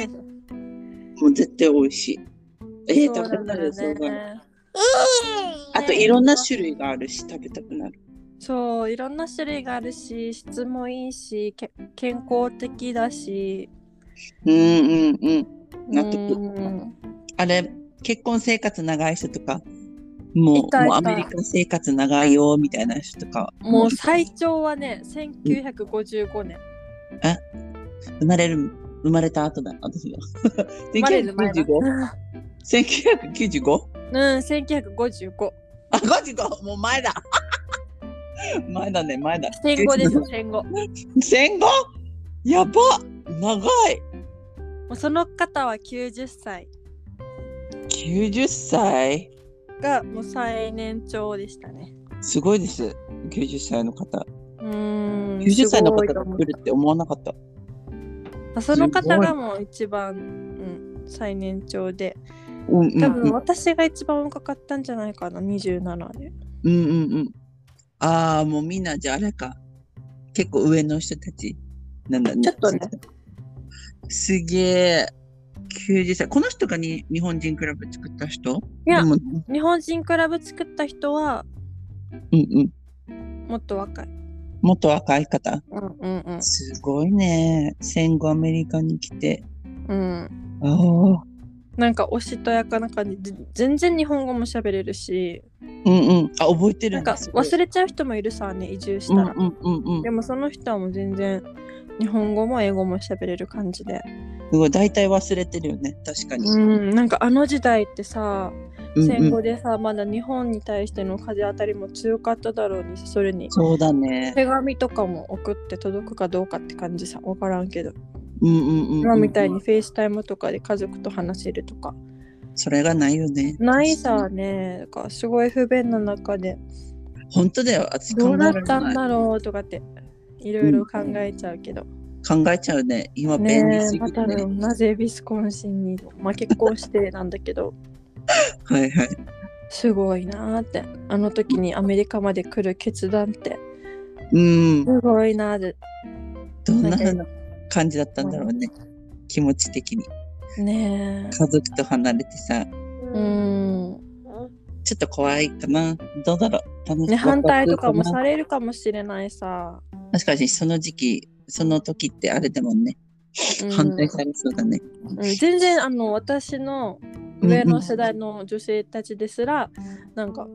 [SPEAKER 1] え
[SPEAKER 2] もう絶対美味しい。 えー、
[SPEAKER 1] そう
[SPEAKER 2] 食べたいです
[SPEAKER 1] な
[SPEAKER 2] よ
[SPEAKER 1] んだよね
[SPEAKER 2] あといろんな種類があるし食べたくなる。
[SPEAKER 1] そういろんな種類があるし質もいいしけ健康的だし
[SPEAKER 2] うんうんうん。納得
[SPEAKER 1] うん
[SPEAKER 2] あれ、結婚生活長い人とか、も
[SPEAKER 1] いうたい
[SPEAKER 2] もう
[SPEAKER 1] た
[SPEAKER 2] アメリカ生活長いよみたいな人とか、
[SPEAKER 1] もう
[SPEAKER 2] 生
[SPEAKER 1] 最長はね1955年
[SPEAKER 2] まれる、生まれた後だ、私が。
[SPEAKER 1] 生まれる前だ
[SPEAKER 2] 1995?1995?
[SPEAKER 1] うん1955
[SPEAKER 2] あ、55! もう前だ 前だね、前だ。
[SPEAKER 1] 戦後ですよ戦後
[SPEAKER 2] 戦後やば長い
[SPEAKER 1] もうその方は90歳
[SPEAKER 2] !90 歳
[SPEAKER 1] がもう最年長でしたね。
[SPEAKER 2] すごいです。90歳の方。
[SPEAKER 1] うーん。
[SPEAKER 2] 90歳の方
[SPEAKER 1] すご
[SPEAKER 2] が
[SPEAKER 1] いと思
[SPEAKER 2] 来るって思わなかった。
[SPEAKER 1] うその方がもう一番、うん、最年長で。
[SPEAKER 2] うんうん、うん。
[SPEAKER 1] 多分私が一番若かったんじゃないかな、27で。
[SPEAKER 2] うんうんうん。ああ、もうみんなじゃああれか。結構上の人たちなんだね。
[SPEAKER 1] ちょっとね。
[SPEAKER 2] すげえ。90歳。この人がに日本人クラブ作った人
[SPEAKER 1] いや
[SPEAKER 2] でも
[SPEAKER 1] 日本人クラブ作った人は
[SPEAKER 2] うんうん。
[SPEAKER 1] もっと若い。
[SPEAKER 2] もっと若い方。
[SPEAKER 1] うんうんうん。
[SPEAKER 2] すごいね。戦後アメリカに来て。
[SPEAKER 1] うん、
[SPEAKER 2] ああ。
[SPEAKER 1] なんかおしとやかな感じで全然日本語も喋れるし
[SPEAKER 2] うんうん。あ、覚えてる
[SPEAKER 1] なん
[SPEAKER 2] ん
[SPEAKER 1] か
[SPEAKER 2] だ
[SPEAKER 1] 忘れちゃう人もいるさね移住したら、
[SPEAKER 2] うんうんうんうん。
[SPEAKER 1] でもその人はもう全然日本語も英語も喋れる感じで、
[SPEAKER 2] すごい。大体忘れてるよね。確かに。
[SPEAKER 1] うん、なんかあの時代ってさ
[SPEAKER 2] うん
[SPEAKER 1] 戦
[SPEAKER 2] うん
[SPEAKER 1] 後でさ、まだ日本に対しての風当たりも強かっただろうにそれに
[SPEAKER 2] そうだね。
[SPEAKER 1] 手紙とかも送って届くかどうかって感じさ分からんけど
[SPEAKER 2] うんうんうんうん。
[SPEAKER 1] 今みたいに。フェイスタイムとかで家族と話せるとか
[SPEAKER 2] それがないよね。
[SPEAKER 1] ないさねなんかすごい不便な中で
[SPEAKER 2] 本当だよ。私
[SPEAKER 1] ど
[SPEAKER 2] 考
[SPEAKER 1] う
[SPEAKER 2] え
[SPEAKER 1] な
[SPEAKER 2] ら
[SPEAKER 1] っ
[SPEAKER 2] れ
[SPEAKER 1] たん
[SPEAKER 2] ない。
[SPEAKER 1] だろうとかっていろいろ考えちゃうけど、
[SPEAKER 2] 考えちゃうね。今便利
[SPEAKER 1] ね
[SPEAKER 2] す
[SPEAKER 1] え
[SPEAKER 2] ぎ
[SPEAKER 1] ま
[SPEAKER 2] て
[SPEAKER 1] た
[SPEAKER 2] ね。
[SPEAKER 1] ねなぜビスコンシンに、まあ、結婚してなんだけど
[SPEAKER 2] はいはい。
[SPEAKER 1] すごいなーってあの時にアメリカまで来る決断って
[SPEAKER 2] うん。
[SPEAKER 1] すごいなーって
[SPEAKER 2] どんな風な感じだったんだろうね。気持ち的に。
[SPEAKER 1] ねえ
[SPEAKER 2] 家族と離れてさ、
[SPEAKER 1] うん
[SPEAKER 2] ちょっと怖いかな。どうだろう。楽し
[SPEAKER 1] ね、反対とかも
[SPEAKER 2] ワクワク
[SPEAKER 1] されるかもしれないさ。
[SPEAKER 2] な確かに、その時期、その時ってあれでもんね。
[SPEAKER 1] うん
[SPEAKER 2] 反対されそうだね。
[SPEAKER 1] うん、全然あの私の上の世代の女性たちですら、なんか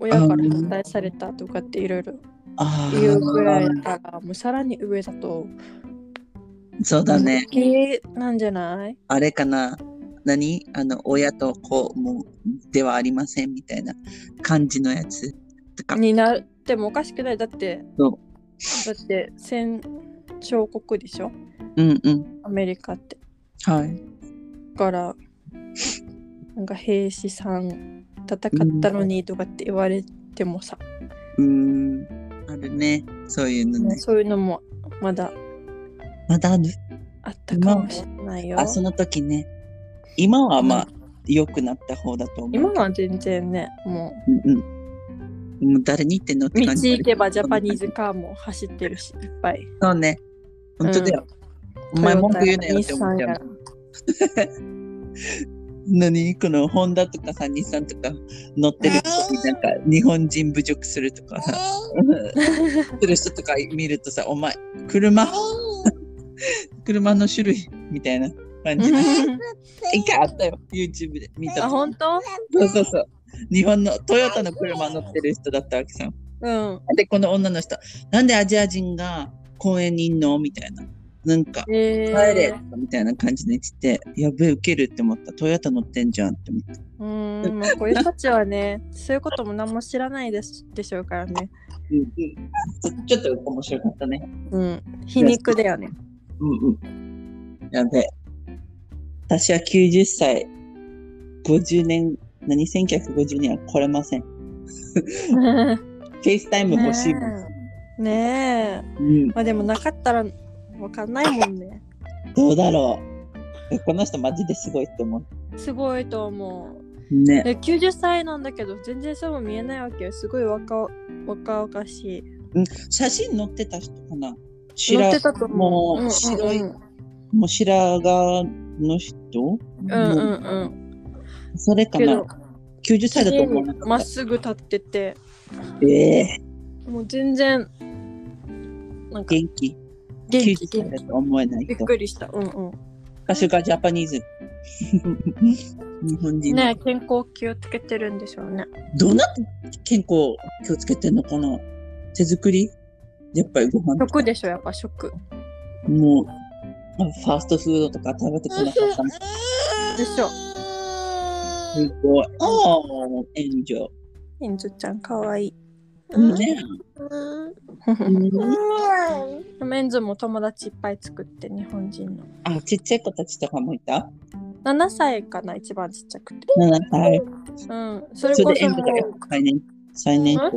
[SPEAKER 1] お親から反対されたとかっていろいろ
[SPEAKER 2] ああ、
[SPEAKER 1] 言うぐらいだからもうさらに上だと
[SPEAKER 2] そうだね。
[SPEAKER 1] えーなんじゃない
[SPEAKER 2] あれかな何あの親と子もではありませんみたいな感じのやつとか、
[SPEAKER 1] になってもおかしくないだって
[SPEAKER 2] そ
[SPEAKER 1] だって戦勝国でしょ
[SPEAKER 2] うんうん
[SPEAKER 1] アメリカって
[SPEAKER 2] はい
[SPEAKER 1] だからなんか兵士さん戦ったのにとかって言われてもさ、
[SPEAKER 2] うーんあるねそういうのね
[SPEAKER 1] そういうのもまだ
[SPEAKER 2] まだある
[SPEAKER 1] あったかもしれないよ
[SPEAKER 2] あその時ね今はまあ良くなった方だと思う
[SPEAKER 1] 今は全然ねも
[SPEAKER 2] うんうんもう誰に言ってんのっ
[SPEAKER 1] う
[SPEAKER 2] て
[SPEAKER 1] 道
[SPEAKER 2] 感じ
[SPEAKER 1] 行けばジャパニーズカーも走ってるしいっぱ い
[SPEAKER 2] そうね本当だよ、お前文句言うなよって思っちゃ
[SPEAKER 1] トヨタや
[SPEAKER 2] う 何このホンダとかさ日産とか乗ってる人になんか日本人侮辱するとかさ する人とか見るとさお前車車の種類みたいな感じで一回あったよ YouTube で見た
[SPEAKER 1] あ本当
[SPEAKER 2] そうそうそう日本のトヨタの車乗ってる人だったわけさ
[SPEAKER 1] うん
[SPEAKER 2] でこの女の人なんでアジア人が公園にいんのみたいななんか
[SPEAKER 1] えー
[SPEAKER 2] 帰れとかみたいな感じで言ってて、やべえ、ウケるって思った。トヨタ乗ってんじゃんって思った。
[SPEAKER 1] うーん、まあ、こういう人たちはね、そういうことも何も知らないですでしょうからね。
[SPEAKER 2] うんうん、ちょっと面白かったね。
[SPEAKER 1] うん、皮肉だよね。
[SPEAKER 2] うんうん。やべえ。私は90歳、50年、何、1950年は来れません。フェイスタイム欲しいもん。
[SPEAKER 1] ねえ、
[SPEAKER 2] うん、
[SPEAKER 1] まあでもなかったらわかんないもんね。
[SPEAKER 2] どうだろう。この人マジですごいって思
[SPEAKER 1] すごいと思う。
[SPEAKER 2] う。ね。
[SPEAKER 1] え90歳なんだけど、全然そうも見えないわけよ。すごい若若々しい。
[SPEAKER 2] 写真載ってた人かな
[SPEAKER 1] 乗
[SPEAKER 2] 白
[SPEAKER 1] ってたと思う。
[SPEAKER 2] もう白い、
[SPEAKER 1] うん
[SPEAKER 2] もう白髪の人
[SPEAKER 1] うんうんう
[SPEAKER 2] もうん
[SPEAKER 1] うん。
[SPEAKER 2] それか
[SPEAKER 1] け
[SPEAKER 2] な
[SPEAKER 1] ど、
[SPEAKER 2] 90歳だと思うなかった
[SPEAKER 1] まっすぐ立ってて、
[SPEAKER 2] ええ
[SPEAKER 1] もう全然、なんか
[SPEAKER 2] 元気。
[SPEAKER 1] 元気
[SPEAKER 2] 90歳だと思えない
[SPEAKER 1] びっ
[SPEAKER 2] と。
[SPEAKER 1] くりした。うんうん。
[SPEAKER 2] 歌手がジャパニー ズ。日本人、
[SPEAKER 1] ね健康気をつけてるんでしょうね。
[SPEAKER 2] どうなって健康気をつけてんのかな手作りやっぱりご飯
[SPEAKER 1] 食でしょやっぱ食。
[SPEAKER 2] もうあファーストフードとか食べてこなかった のす
[SPEAKER 1] でしょ。
[SPEAKER 2] ごい。ああ、炎上。
[SPEAKER 1] エンジュちゃんかわいい。
[SPEAKER 2] ね、
[SPEAKER 1] メンズも友達いっぱい作って日本人の。
[SPEAKER 2] あ、ちっちゃい子たちとかもいた
[SPEAKER 1] 7歳かな一番ちっちゃくて。
[SPEAKER 2] ?7 歳。
[SPEAKER 1] うん。それ
[SPEAKER 2] そ
[SPEAKER 1] こ
[SPEAKER 2] れで
[SPEAKER 1] そ
[SPEAKER 2] 炎
[SPEAKER 1] も
[SPEAKER 2] 上がよ
[SPEAKER 1] う。
[SPEAKER 2] 最年最年少。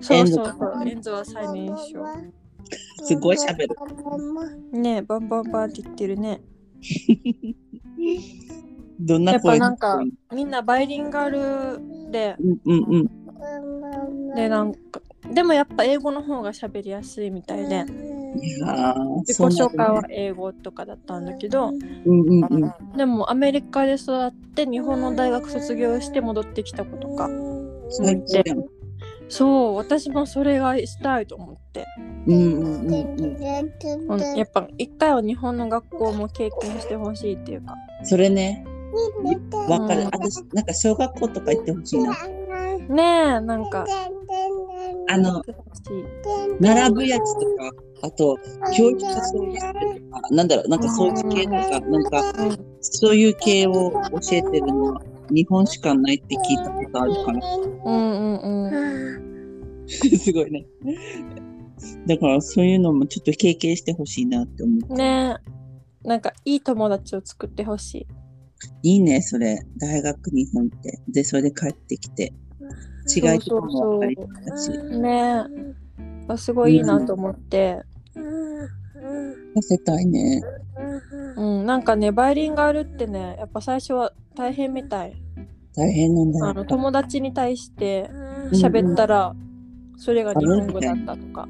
[SPEAKER 1] そう
[SPEAKER 2] エンド
[SPEAKER 1] そ
[SPEAKER 2] か
[SPEAKER 1] うそう。エンズは最年少。
[SPEAKER 2] すごい喋る。
[SPEAKER 1] ねえバンバンバンって言ってるね。
[SPEAKER 2] どん
[SPEAKER 1] や
[SPEAKER 2] な
[SPEAKER 1] っぱ
[SPEAKER 2] 声
[SPEAKER 1] なんかみんなバイリンガルで
[SPEAKER 2] うんうんうん。
[SPEAKER 1] でなんかでもやっぱ英語の方が喋りやすいみたいで
[SPEAKER 2] いやー
[SPEAKER 1] 自己
[SPEAKER 2] そうな
[SPEAKER 1] 紹
[SPEAKER 2] んだ
[SPEAKER 1] 介は英語とかだったんだけど。
[SPEAKER 2] うんうんうん。
[SPEAKER 1] でもアメリカで育って日本の大学卒業して戻ってきた子とか
[SPEAKER 2] 最高じゃん。
[SPEAKER 1] そう私もそれがしたいと思って、
[SPEAKER 2] うんうんうんうん。
[SPEAKER 1] うんやっぱ一回は日本の学校も経験してほしいっていうか
[SPEAKER 2] それね、わか
[SPEAKER 1] う
[SPEAKER 2] る。
[SPEAKER 1] ん
[SPEAKER 2] 私、なんか小学校とか行ってほしいな。
[SPEAKER 1] ねえなんか
[SPEAKER 2] あの、
[SPEAKER 1] 欲しい
[SPEAKER 2] 並ぶやつとか、あと、教育者そういうとか、なんだろう、なんかそういう系とか、なんか、そういう系を教えてるのは、日本しかないって聞いたことあるから、
[SPEAKER 1] うんうんうん
[SPEAKER 2] すごいね。だから、そういうのもちょっと経験してほしいなって思う。
[SPEAKER 1] ねえなんかいい友達を作ってほしい
[SPEAKER 2] いいね、それ。大学日本って。で、それで帰ってきて。違いとかも分かりたし。
[SPEAKER 1] ねえすごいいいなと思って、
[SPEAKER 2] させたいね。
[SPEAKER 1] うん、なんかねバイリンガルってねやっぱ最初は大変みたい
[SPEAKER 2] 大変なんだ
[SPEAKER 1] あの友達に対して
[SPEAKER 2] うん
[SPEAKER 1] 喋ったらそれが日本語だったとか、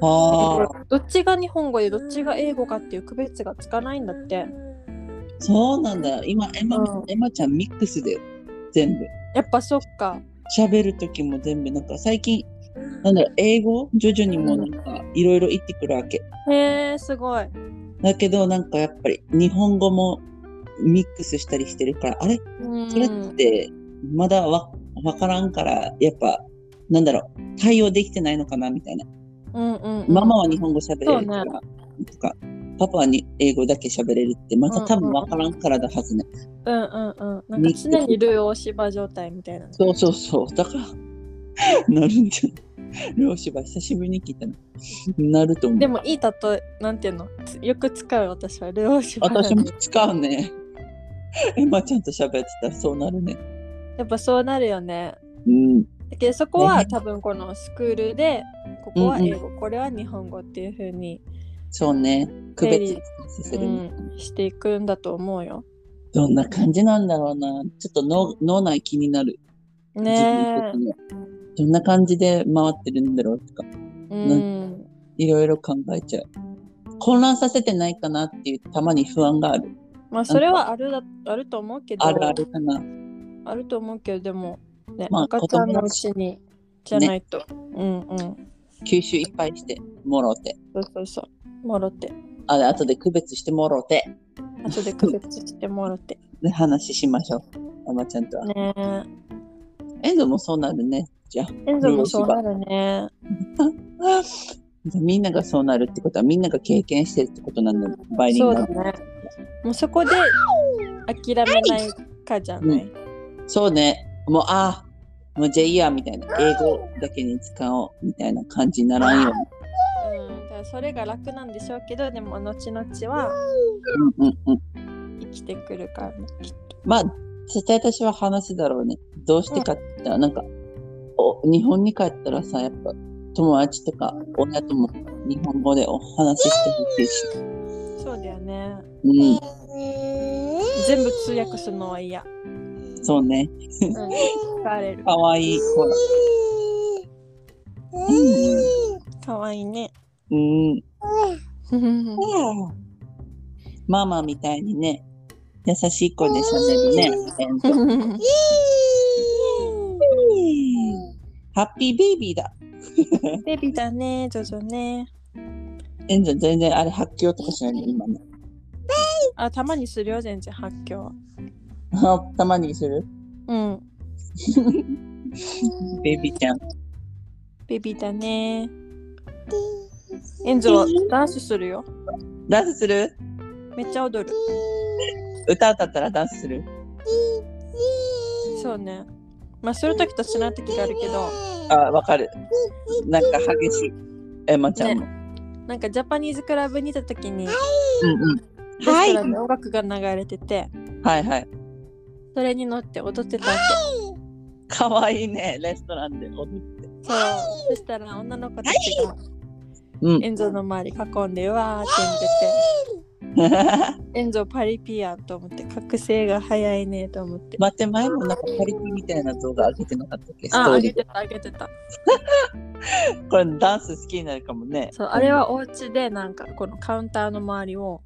[SPEAKER 2] ああ、
[SPEAKER 1] どっちが日本語でどっちが英語かっていう区別がつかないんだって
[SPEAKER 2] そうなんだ。今、エマ、
[SPEAKER 1] うん
[SPEAKER 2] エマちゃんミックスで全部。
[SPEAKER 1] やっぱそっか。
[SPEAKER 2] 喋る時も全部、なんか最近、なんだろう、英語徐々にもうなんか、いろいろ言ってくるわけ。
[SPEAKER 1] へえ、すごい。
[SPEAKER 2] だけど、なんかやっぱり、日本語もミックスしたりしてるから、あれ
[SPEAKER 1] うん
[SPEAKER 2] それって、まだわ、わからんから、やっぱ、なんだろう、対応できてないのかなみたいな。
[SPEAKER 1] うんうんうん
[SPEAKER 2] ママは日本語喋れるから、
[SPEAKER 1] そ
[SPEAKER 2] とか、パパはに英語だけ喋れるって、また多分わからんからだはずね。
[SPEAKER 1] うんうんうん。なんか常にルー大芝状態みたいな。
[SPEAKER 2] そうそうそう。だ から、なるんじゃない両芝久しぶりに聞いたの。なると思う。
[SPEAKER 1] でもいい例え、なんていうのつよく使う私はルー大芝。
[SPEAKER 2] 私も使うね。エマちゃんと喋ってたらそうなるね。
[SPEAKER 1] やっぱそうなるよね。
[SPEAKER 2] うん。
[SPEAKER 1] だけどそこは
[SPEAKER 2] ね
[SPEAKER 1] 多分このスクールで、ここは
[SPEAKER 2] うんうん
[SPEAKER 1] 英語、これは日本語っていう風に、
[SPEAKER 2] そうね。区別させ
[SPEAKER 1] う
[SPEAKER 2] るね、
[SPEAKER 1] ん、していくんだと思うよ。
[SPEAKER 2] どんな感じなんだろうな。ちょっと脳脳内気になる。自分
[SPEAKER 1] ね
[SPEAKER 2] 的にはどんな感じで回ってるんだろうとか。
[SPEAKER 1] え。うん。
[SPEAKER 2] いろいろ考えちゃう。混乱させてないかなっていうたまに不安がある。
[SPEAKER 1] まあそれはあるだあると思うけど、
[SPEAKER 2] あるあるかな。
[SPEAKER 1] あると思うけど、でも、ね、
[SPEAKER 2] まあ
[SPEAKER 1] 赤ちゃんのうちにじゃないと。うんうん。
[SPEAKER 2] 吸収いっぱいしてもろて。
[SPEAKER 1] そうそうそう。もろって。
[SPEAKER 2] ああとで区別してもろて。
[SPEAKER 1] 後で区別してもろって。
[SPEAKER 2] で話しましょう。ママちゃんとは。
[SPEAKER 1] ねえ。
[SPEAKER 2] エンドもそうなるね。じゃあ。
[SPEAKER 1] エンゾもそうなるね。
[SPEAKER 2] じゃあみんながそうなるってことはみんなが経験してるってことなんだよ。バイリン
[SPEAKER 1] そう
[SPEAKER 2] ガ
[SPEAKER 1] だ
[SPEAKER 2] ル。
[SPEAKER 1] ね。もうそこで諦めないかじゃない。
[SPEAKER 2] そうね。もう、ああ、もうじゃあいいや、みたいな。英語だけに使おう、みたいな感じにならんよ
[SPEAKER 1] うん、だからそれが楽なんでしょうけど、でも後々は
[SPEAKER 2] うに。うんうんうん。
[SPEAKER 1] 生きてくるからね。きっと
[SPEAKER 2] まあ、絶対私は話すだろうね。どうしてかって言ったら、なんか、お日本に帰ったらさ、やっぱ友達とか親とも日本語でお話ししてほしいし。
[SPEAKER 1] そうだよね。
[SPEAKER 2] う
[SPEAKER 1] 全部通訳するのは嫌。
[SPEAKER 2] ん、そうね。
[SPEAKER 1] うん、疲れる。
[SPEAKER 2] かわいい子だ。
[SPEAKER 1] かわいいね。
[SPEAKER 2] うん。
[SPEAKER 1] うん
[SPEAKER 2] ママみたいにね、優しい子で喋るね。えんとハッピーベイビーだ。
[SPEAKER 1] ベビーだね、ジョジョね。
[SPEAKER 2] エンジョ全然あれ発狂とかしないね、今ね。
[SPEAKER 1] あ、たまにするよ、全然発狂。
[SPEAKER 2] たまにする
[SPEAKER 1] うん、
[SPEAKER 2] ベイビーちゃん。
[SPEAKER 1] ベビーだね。エンゾはダンスするよ。
[SPEAKER 2] ダンスする
[SPEAKER 1] めっちゃ踊る。
[SPEAKER 2] 歌歌ったらダンスする
[SPEAKER 1] そうね。まあ、するときとしないときがあるけど、
[SPEAKER 2] あ、わかる。なんか激しい。エマちゃんも。
[SPEAKER 1] なんかジャパニーズクラブにいたときに、レ
[SPEAKER 2] うんうん。
[SPEAKER 1] ストランで音楽が流れてて、
[SPEAKER 2] はいはい。
[SPEAKER 1] それに乗って踊ってたわ
[SPEAKER 2] かわいいね、レストランで踊る。
[SPEAKER 1] け。そう。そしたら女の子たちが
[SPEAKER 2] うん。
[SPEAKER 1] エンゾの周り囲んで、うわーって言ってて、エンゾパリピやんと思って、覚醒が早いねと思って。
[SPEAKER 2] 待って、前もなんかパリピみたいな動画上げてなかったっけス
[SPEAKER 1] あ、
[SPEAKER 2] ト
[SPEAKER 1] あ
[SPEAKER 2] ー
[SPEAKER 1] げ
[SPEAKER 2] リ
[SPEAKER 1] てた、あげてた。
[SPEAKER 2] ー。これダンス好きになるかもね。
[SPEAKER 1] そう、あれはお家でなんかこのカウンターの周りを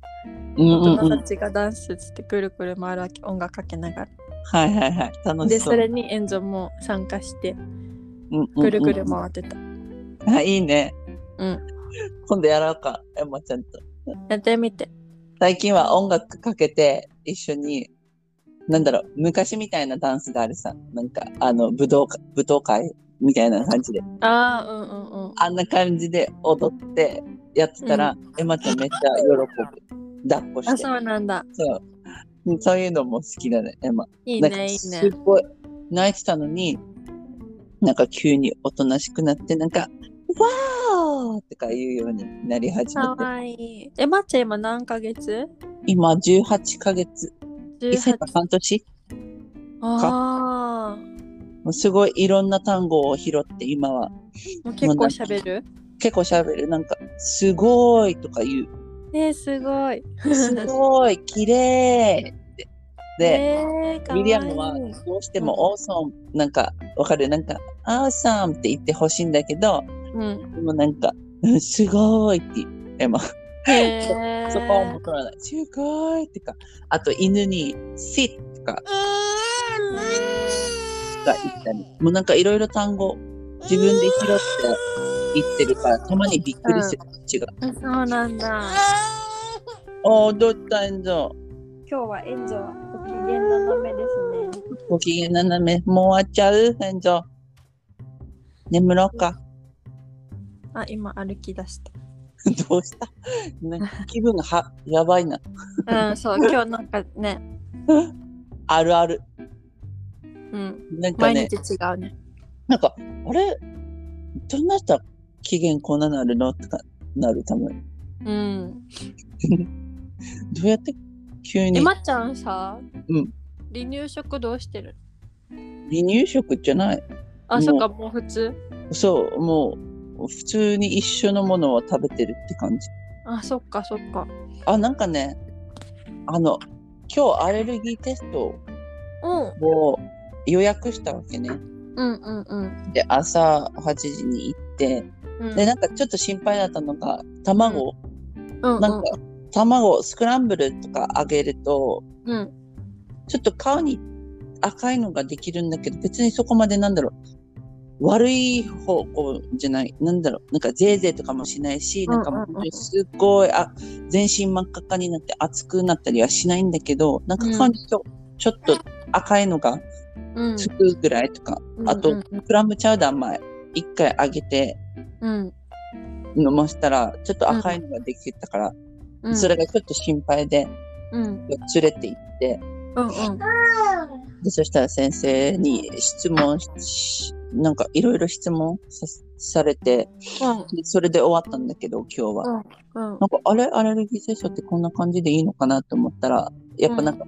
[SPEAKER 2] うん
[SPEAKER 1] 大
[SPEAKER 2] うんう
[SPEAKER 1] 人た
[SPEAKER 2] ん。
[SPEAKER 1] ちがダンスしてくるくる回るわけ、音楽かけながら。
[SPEAKER 2] はいはいはい。楽
[SPEAKER 1] で、
[SPEAKER 2] しそ。
[SPEAKER 1] そうれにエンゾも参加して、
[SPEAKER 2] うんうんうん
[SPEAKER 1] ぐるぐる回ってた。
[SPEAKER 2] あ、いいね。
[SPEAKER 1] うん。
[SPEAKER 2] 今度やろうか、エマちゃんと。
[SPEAKER 1] やってみて。
[SPEAKER 2] 最近は音楽かけて一緒に、なんだろう、昔みたいなダンスがあるさ。なんか、あの、武道会、武道会みたいな感じで。
[SPEAKER 1] ああ、うんうんうん。
[SPEAKER 2] あんな感じで踊ってやってたら、エマちゃんめっちゃ喜ぶ。抱っこ
[SPEAKER 1] あ、
[SPEAKER 2] して。
[SPEAKER 1] そうなんだ。
[SPEAKER 2] そう。うんそういうのも好きだね、エマ。
[SPEAKER 1] いい
[SPEAKER 2] なんか
[SPEAKER 1] ね、いい
[SPEAKER 2] す
[SPEAKER 1] ね
[SPEAKER 2] っ。ごい泣いてたのに、なんか急におとなしくなって、なんか、わーとか言うようになり始め
[SPEAKER 1] か
[SPEAKER 2] て。
[SPEAKER 1] わいい。え、まっちゃん今何ヶ月
[SPEAKER 2] 今18ヶ月。1歳
[SPEAKER 1] ?18
[SPEAKER 2] か。半年
[SPEAKER 1] ああ。
[SPEAKER 2] もうすごいいろんな単語を拾って、今は
[SPEAKER 1] もう結構喋る
[SPEAKER 2] 結構喋る。なんか、すごいとか 言う。
[SPEAKER 1] えー、すごい。
[SPEAKER 2] すごい、綺麗って。で、
[SPEAKER 1] えー、かわいい。
[SPEAKER 2] ミリアムはどうしてもオーソン、なんか、わかるなんか、アーサンって言ってほしいんだけど、
[SPEAKER 1] うん。
[SPEAKER 2] でもなんか、うんすごいって言う、エマ。
[SPEAKER 1] へー
[SPEAKER 2] そこは分からない。すごいってか、あと犬に、sit とか、が行ったり、もうなんかいろいろ単語、自分で拾って言ってるから、たまにびっくりする違う。
[SPEAKER 1] そうなんだ。
[SPEAKER 2] ああ、どうしたんじゃ。
[SPEAKER 1] 今日はエンジョはご機嫌斜めですね。
[SPEAKER 2] ご機嫌斜め、もう終わっちゃうエンジョ。眠ろうか。
[SPEAKER 1] あ、今歩き出した。
[SPEAKER 2] どうしたなんか気分がはやばいな。
[SPEAKER 1] うん、そう、今日なんかね、
[SPEAKER 2] あるある。
[SPEAKER 1] うん、
[SPEAKER 2] なんか
[SPEAKER 1] 毎
[SPEAKER 2] ね
[SPEAKER 1] 日、違うね。
[SPEAKER 2] なんか、あれどんな人は期限こんななるのとかなる、たぶん。
[SPEAKER 1] うん。
[SPEAKER 2] どうやって急
[SPEAKER 1] え、
[SPEAKER 2] に
[SPEAKER 1] まっちゃんさ、
[SPEAKER 2] うん
[SPEAKER 1] 離乳食どうしてる
[SPEAKER 2] 離乳食じゃないも
[SPEAKER 1] あ、
[SPEAKER 2] う
[SPEAKER 1] そっか、もう普通。
[SPEAKER 2] そう、もう普通に一緒のものを食べてるって感じ。
[SPEAKER 1] あ、そっか、そっか。
[SPEAKER 2] あ、なんかね、あの、今日アレルギーテスト
[SPEAKER 1] うん。
[SPEAKER 2] を予約したわけね。
[SPEAKER 1] うんうんうん。
[SPEAKER 2] で、朝8時に行って、
[SPEAKER 1] うん、
[SPEAKER 2] で、なんかちょっと心配だったのが、卵、
[SPEAKER 1] うん、
[SPEAKER 2] なんか卵、スクランブルとかあげると、
[SPEAKER 1] うん。
[SPEAKER 2] ちょっと顔に赤いのができるんだけど、別にそこまでなんだろう。悪い方向じゃない、なんだろう、なんかぜいぜいとかもしないし、なんか
[SPEAKER 1] う
[SPEAKER 2] もう
[SPEAKER 1] んうんうん
[SPEAKER 2] すっごい、あ、全身真っ赤っかになって熱くなったりはしないんだけど、なんか顔にちょ,、ちょっと赤いのが
[SPEAKER 1] うん
[SPEAKER 2] つくぐらいとか、あと、
[SPEAKER 1] うん
[SPEAKER 2] クラムチャウダー前、一回あげて
[SPEAKER 1] うん
[SPEAKER 2] 飲ましたら、ちょっと赤いのができてたから、
[SPEAKER 1] うん、
[SPEAKER 2] それがちょっと心配で、
[SPEAKER 1] うん
[SPEAKER 2] 連れて行って、
[SPEAKER 1] うんうん
[SPEAKER 2] でそしたら先生に質問し、なんかいろいろ質問さされてでそれで終わったんだけど、今日は。
[SPEAKER 1] うん
[SPEAKER 2] なんか、あれアレルギー接種ってこんな感じでいいのかなと思ったら、やっぱなんか、